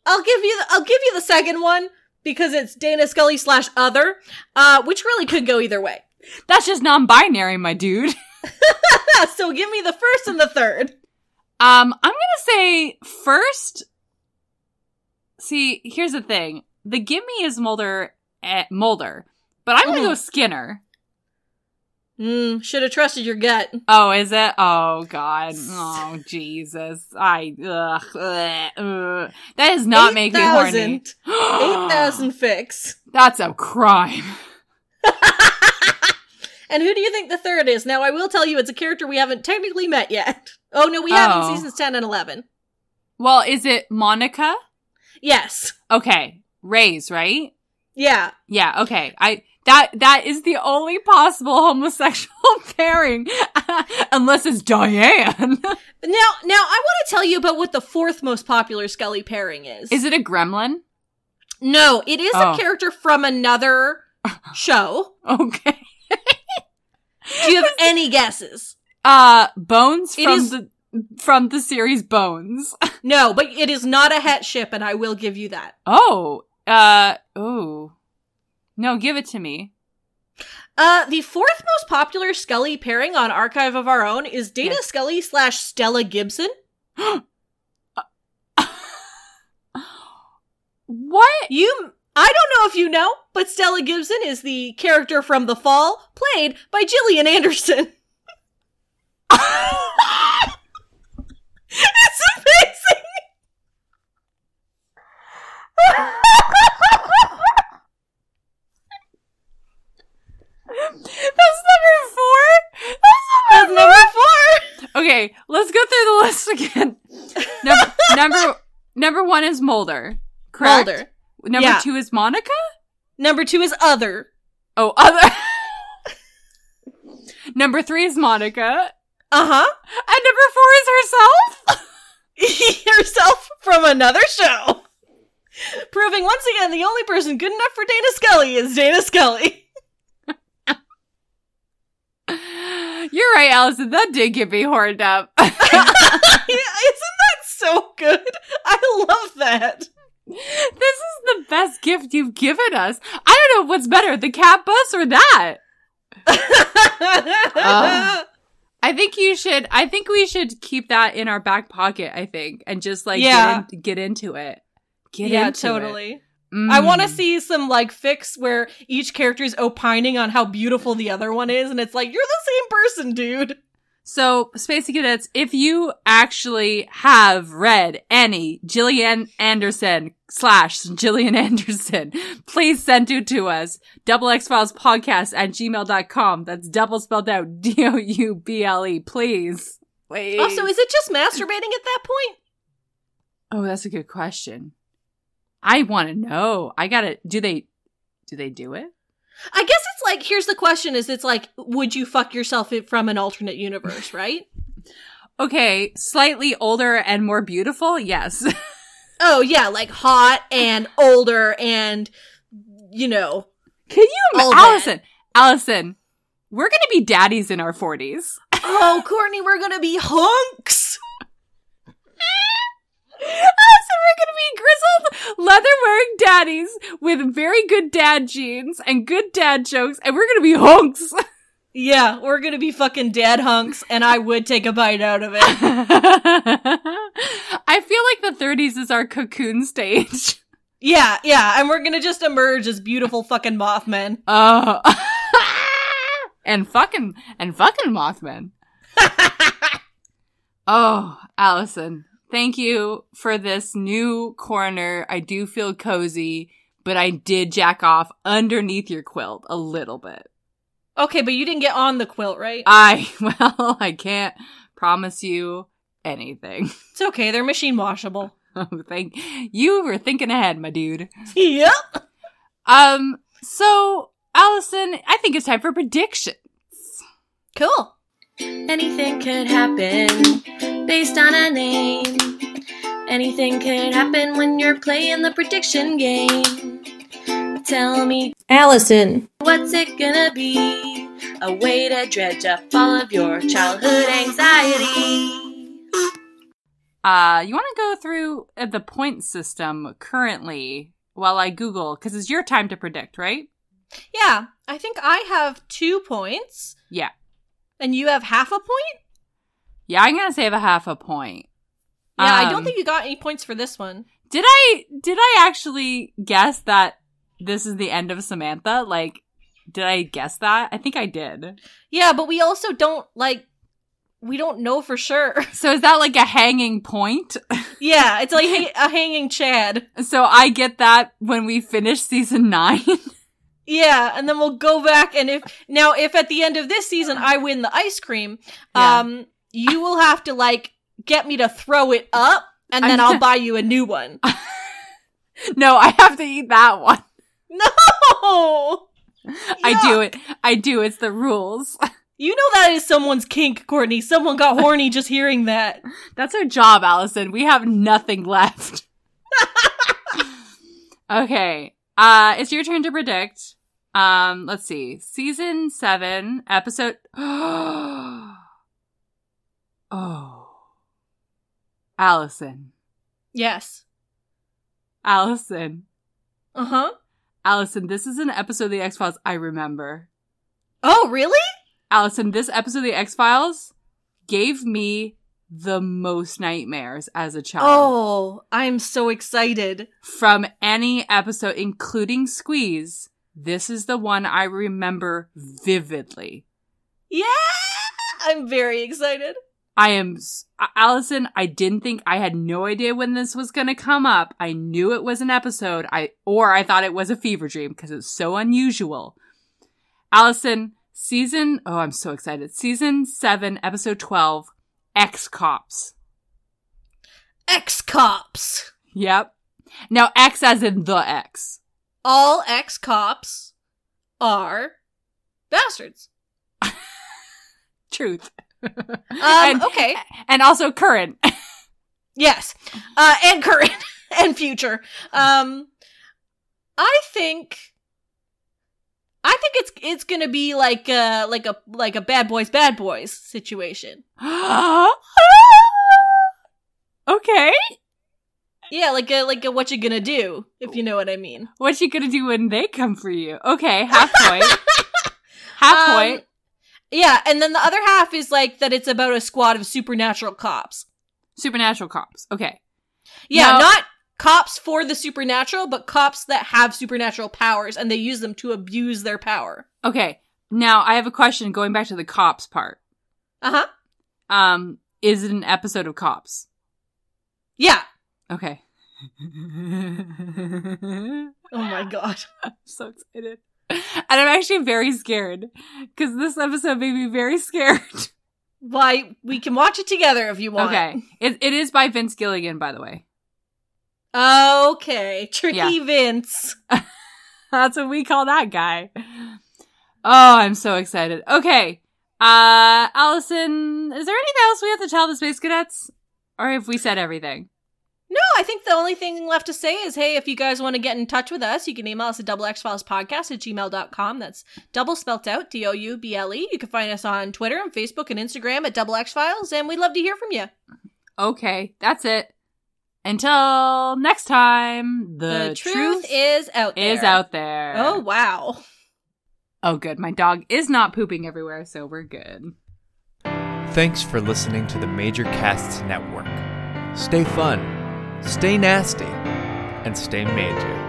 [SPEAKER 3] I'll give you the, I'll give you the second one because it's Dana Scully slash other, uh, which really could go either way.
[SPEAKER 2] That's just non-binary, my dude.
[SPEAKER 3] so give me the first and the third.
[SPEAKER 2] Um, I'm gonna say first. See, here's the thing: the gimme is Mulder, eh, Mulder, but I'm gonna
[SPEAKER 3] Mhm.
[SPEAKER 2] go Skinner.
[SPEAKER 3] Mm, should have trusted your gut.
[SPEAKER 2] Oh, is it? Oh God! Oh Jesus! I ugh, ugh, ugh. that does not make me horny.
[SPEAKER 3] 8,000. 8,000 fix.
[SPEAKER 2] That's a crime.
[SPEAKER 3] And who do you think the third is? Now, I will tell you, it's a character we haven't technically met yet. Oh, no, we have
[SPEAKER 2] Oh.
[SPEAKER 3] in seasons 10 and 11.
[SPEAKER 2] Well, is it Monica?
[SPEAKER 3] Yes.
[SPEAKER 2] Okay, Ray's right.
[SPEAKER 3] Yeah.
[SPEAKER 2] Yeah, okay. I that that is the only possible homosexual pairing unless it's Diane.
[SPEAKER 3] Now, now I want to tell you about what the fourth most popular Scully pairing is.
[SPEAKER 2] is it a gremlin?
[SPEAKER 3] No, it is
[SPEAKER 2] Oh.
[SPEAKER 3] a character from another show.
[SPEAKER 2] Okay.
[SPEAKER 3] Do you have any guesses?
[SPEAKER 2] Uh Bones
[SPEAKER 3] It
[SPEAKER 2] from
[SPEAKER 3] is-
[SPEAKER 2] the from the series Bones.
[SPEAKER 3] No, but it is not a het ship, and I will give you that.
[SPEAKER 2] Oh. Uh oh. No, give it to me.
[SPEAKER 3] Uh, the fourth most popular Scully pairing on Archive of Our Own is Dana Scully slash Stella Gibson.
[SPEAKER 2] What?
[SPEAKER 3] You, I don't know if you know, but Stella Gibson is the character from The Fall, played by Gillian Anderson. it's amazing.
[SPEAKER 2] That's number 4. That's number,
[SPEAKER 3] four.
[SPEAKER 2] 4. Okay, let's go through the list again. Number number, number 1 is Mulder. Correct.
[SPEAKER 3] Mulder.
[SPEAKER 2] Number
[SPEAKER 3] Yeah.
[SPEAKER 2] 2 is Monica?
[SPEAKER 3] Number two is Other.
[SPEAKER 2] Oh, other. number three is Monica,
[SPEAKER 3] Uh
[SPEAKER 2] and number four is herself.
[SPEAKER 3] huh. Yourself from another show. Proving once again the only person good enough for Dana Scully is Dana Scully.
[SPEAKER 2] You're right, Allison. That did get me horned up.
[SPEAKER 3] Isn't that so good? I love that.
[SPEAKER 2] this is the best gift you've given us. I don't know what's better, the cat bus or that. Ah. I think you should. I think we should keep that in our back pocket. I think, and just like
[SPEAKER 3] Yeah.
[SPEAKER 2] get, in, get into it. Get
[SPEAKER 3] yeah,
[SPEAKER 2] into it.
[SPEAKER 3] totally. I want to
[SPEAKER 2] Mm.
[SPEAKER 3] see some like fix where each character is opining on how beautiful the other one is, and it's like you're the same person, dude.
[SPEAKER 2] So, Spacey Cadets, if you actually have read any Gillian Anderson slash Gillian Anderson, please send it to us. Double X Files Podcast at gmail.com. That's double spelled out D O U B L E. Please. Please.
[SPEAKER 3] Also, is it just masturbating at that point?
[SPEAKER 2] oh, that's a good question. I want to know. I got to, do they, do they do it?
[SPEAKER 3] I guess it's like here's the question: is it's like would you fuck yourself i- from an alternate universe, right?
[SPEAKER 2] Okay. Slightly older and more beautiful. Yes.
[SPEAKER 3] oh yeah, like hot and older and you know
[SPEAKER 2] Can you,
[SPEAKER 3] All
[SPEAKER 2] imagine
[SPEAKER 3] that.
[SPEAKER 2] Allison? Allison, we're going to be daddies in our 40s.
[SPEAKER 3] Oh, Courtney, we're gonna be hunks.
[SPEAKER 2] Allison, we're going to be grizzled, leather wearing daddies with very good dad jeans and good dad jokes, and we're going to be hunks.
[SPEAKER 3] Yeah, we're gonna be fucking dad hunks, and I would take a bite out of it.
[SPEAKER 2] I feel like the 30s is our cocoon stage.
[SPEAKER 3] Yeah, yeah, and we're gonna just emerge as beautiful fucking Mothmen.
[SPEAKER 2] Oh. and fucking, and fucking Mothman. Oh, Allison, thank you for this new corner. I do feel cozy, but I did jack off underneath your quilt a little bit.
[SPEAKER 3] okay, but you didn't get on the quilt, right?
[SPEAKER 2] I, well, I can't promise you anything.
[SPEAKER 3] It's okay, they're machine washable.
[SPEAKER 2] Thank you were thinking ahead, my dude.
[SPEAKER 3] yep.
[SPEAKER 2] Um, so Allison, I think it's time for prediction.
[SPEAKER 3] Cool.
[SPEAKER 5] Anything could happen based on a name. Anything could happen when you're playing the prediction game. Tell me,
[SPEAKER 4] Allison.
[SPEAKER 5] what's it gonna be? A way to dredge up all of your childhood anxiety.
[SPEAKER 2] Uh, you want to go through uh, the point system currently while I Google because it's your time to predict, right?
[SPEAKER 3] Yeah, I think I have two points.
[SPEAKER 2] Yeah.
[SPEAKER 3] And you have half a point?
[SPEAKER 2] Yeah, I'm gonna save a half a point.
[SPEAKER 3] Yeah, I
[SPEAKER 2] Um,
[SPEAKER 3] don't think you got any points for this one.
[SPEAKER 2] Did I did I actually guess that this is the end of Samantha? Like, did I guess that? I think I did.
[SPEAKER 3] Yeah, but we also don't, like, we don't know for sure.
[SPEAKER 2] So is that like a hanging point?
[SPEAKER 3] yeah, it's like ha- a hanging Chad.
[SPEAKER 2] So I get that when we finish season nine.
[SPEAKER 3] Yeah, and then we'll go back and if now if at the end of this season I win the ice cream,
[SPEAKER 2] Yeah.
[SPEAKER 3] um you will have to like get me to throw it up and then I'll buy you a new one.
[SPEAKER 2] no, I have to eat that one.
[SPEAKER 3] No.
[SPEAKER 2] I do
[SPEAKER 3] Yuck.
[SPEAKER 2] it. I do. It's the rules.
[SPEAKER 3] You know that is someone's kink, Courtney. Someone got horny just hearing that.
[SPEAKER 2] That's our job, Allison. We have nothing left. okay. Uh it's your turn to predict. Um, let's see. Season seven, episode Oh. Allison.
[SPEAKER 3] Yes.
[SPEAKER 2] Allison.
[SPEAKER 3] Uh-huh.
[SPEAKER 2] Allison, this is an episode of the X Files I remember.
[SPEAKER 3] Oh, really?
[SPEAKER 2] Allison, this episode of the X Files gave me the most nightmares as a child.
[SPEAKER 3] Oh, I'm so excited.
[SPEAKER 2] from any episode, including Squeeze, this is the one I remember vividly.
[SPEAKER 3] Yeah. I'm very excited.
[SPEAKER 2] I am, s- A- Allison, I didn't think, I had no idea when this was going to come up. I knew it was an episode, I, or I thought it was a fever dream because it's so unusual. Allison, season, oh, I'm so excited. Season 7, episode 12, X Cops.
[SPEAKER 3] Ex-cops.
[SPEAKER 2] Yep. Now, X as in the X.
[SPEAKER 3] All ex-cops are bastards.
[SPEAKER 2] Truth.
[SPEAKER 3] Um,
[SPEAKER 2] And-
[SPEAKER 3] okay.
[SPEAKER 2] And also current.
[SPEAKER 3] Yes. Uh, and current and future. Um, I think, I think it's, it's gonna be like a, like a, like a bad boys, bad boys situation.
[SPEAKER 2] okay.
[SPEAKER 3] Yeah. Like a, like a, what you gonna do, if you know what I mean.
[SPEAKER 2] What you gonna do when they come for you? Okay, half point. half
[SPEAKER 3] Um,
[SPEAKER 2] point.
[SPEAKER 3] Yeah. And then the other half is like that it's about a squad of supernatural cops.
[SPEAKER 2] Supernatural cops. Okay.
[SPEAKER 3] Yeah.
[SPEAKER 2] No.
[SPEAKER 3] Not cops for the supernatural, but cops that have supernatural powers and they use them to abuse their power.
[SPEAKER 2] Okay. Now I have a question going back to the cops part.
[SPEAKER 3] Uh huh.
[SPEAKER 2] Um, is it an episode of cops?
[SPEAKER 3] Yeah.
[SPEAKER 2] Okay.
[SPEAKER 3] Oh my god.
[SPEAKER 2] so excited. And I'm actually very scared. Because this episode made me very scared.
[SPEAKER 3] Why we can watch it together if you want.
[SPEAKER 2] Okay. It, it is by Vince Gilligan, by the way.
[SPEAKER 3] Okay. Tricky
[SPEAKER 2] Yeah.
[SPEAKER 3] Vince.
[SPEAKER 2] That's what we call that guy. Oh, I'm so excited. Okay. Uh Allison, is there anything else we have to tell the space cadets? Or have we said everything?
[SPEAKER 3] No, I think the only thing left to say is hey, if you guys want to get in touch with us, you can email us at double X Files podcast at gmail.com. That's double spelt out, D O U B L E. You can find us on Twitter and Facebook and Instagram at double X Files, and we'd love to hear from you.
[SPEAKER 2] Okay, that's it. Until next time, the, truth, is,
[SPEAKER 3] is out there.
[SPEAKER 2] out there.
[SPEAKER 3] Oh, wow.
[SPEAKER 2] oh, good. My dog is not pooping everywhere, so we're good.
[SPEAKER 6] Thanks for listening to the Major Casts Network. Stay fun, stay nasty, and stay major.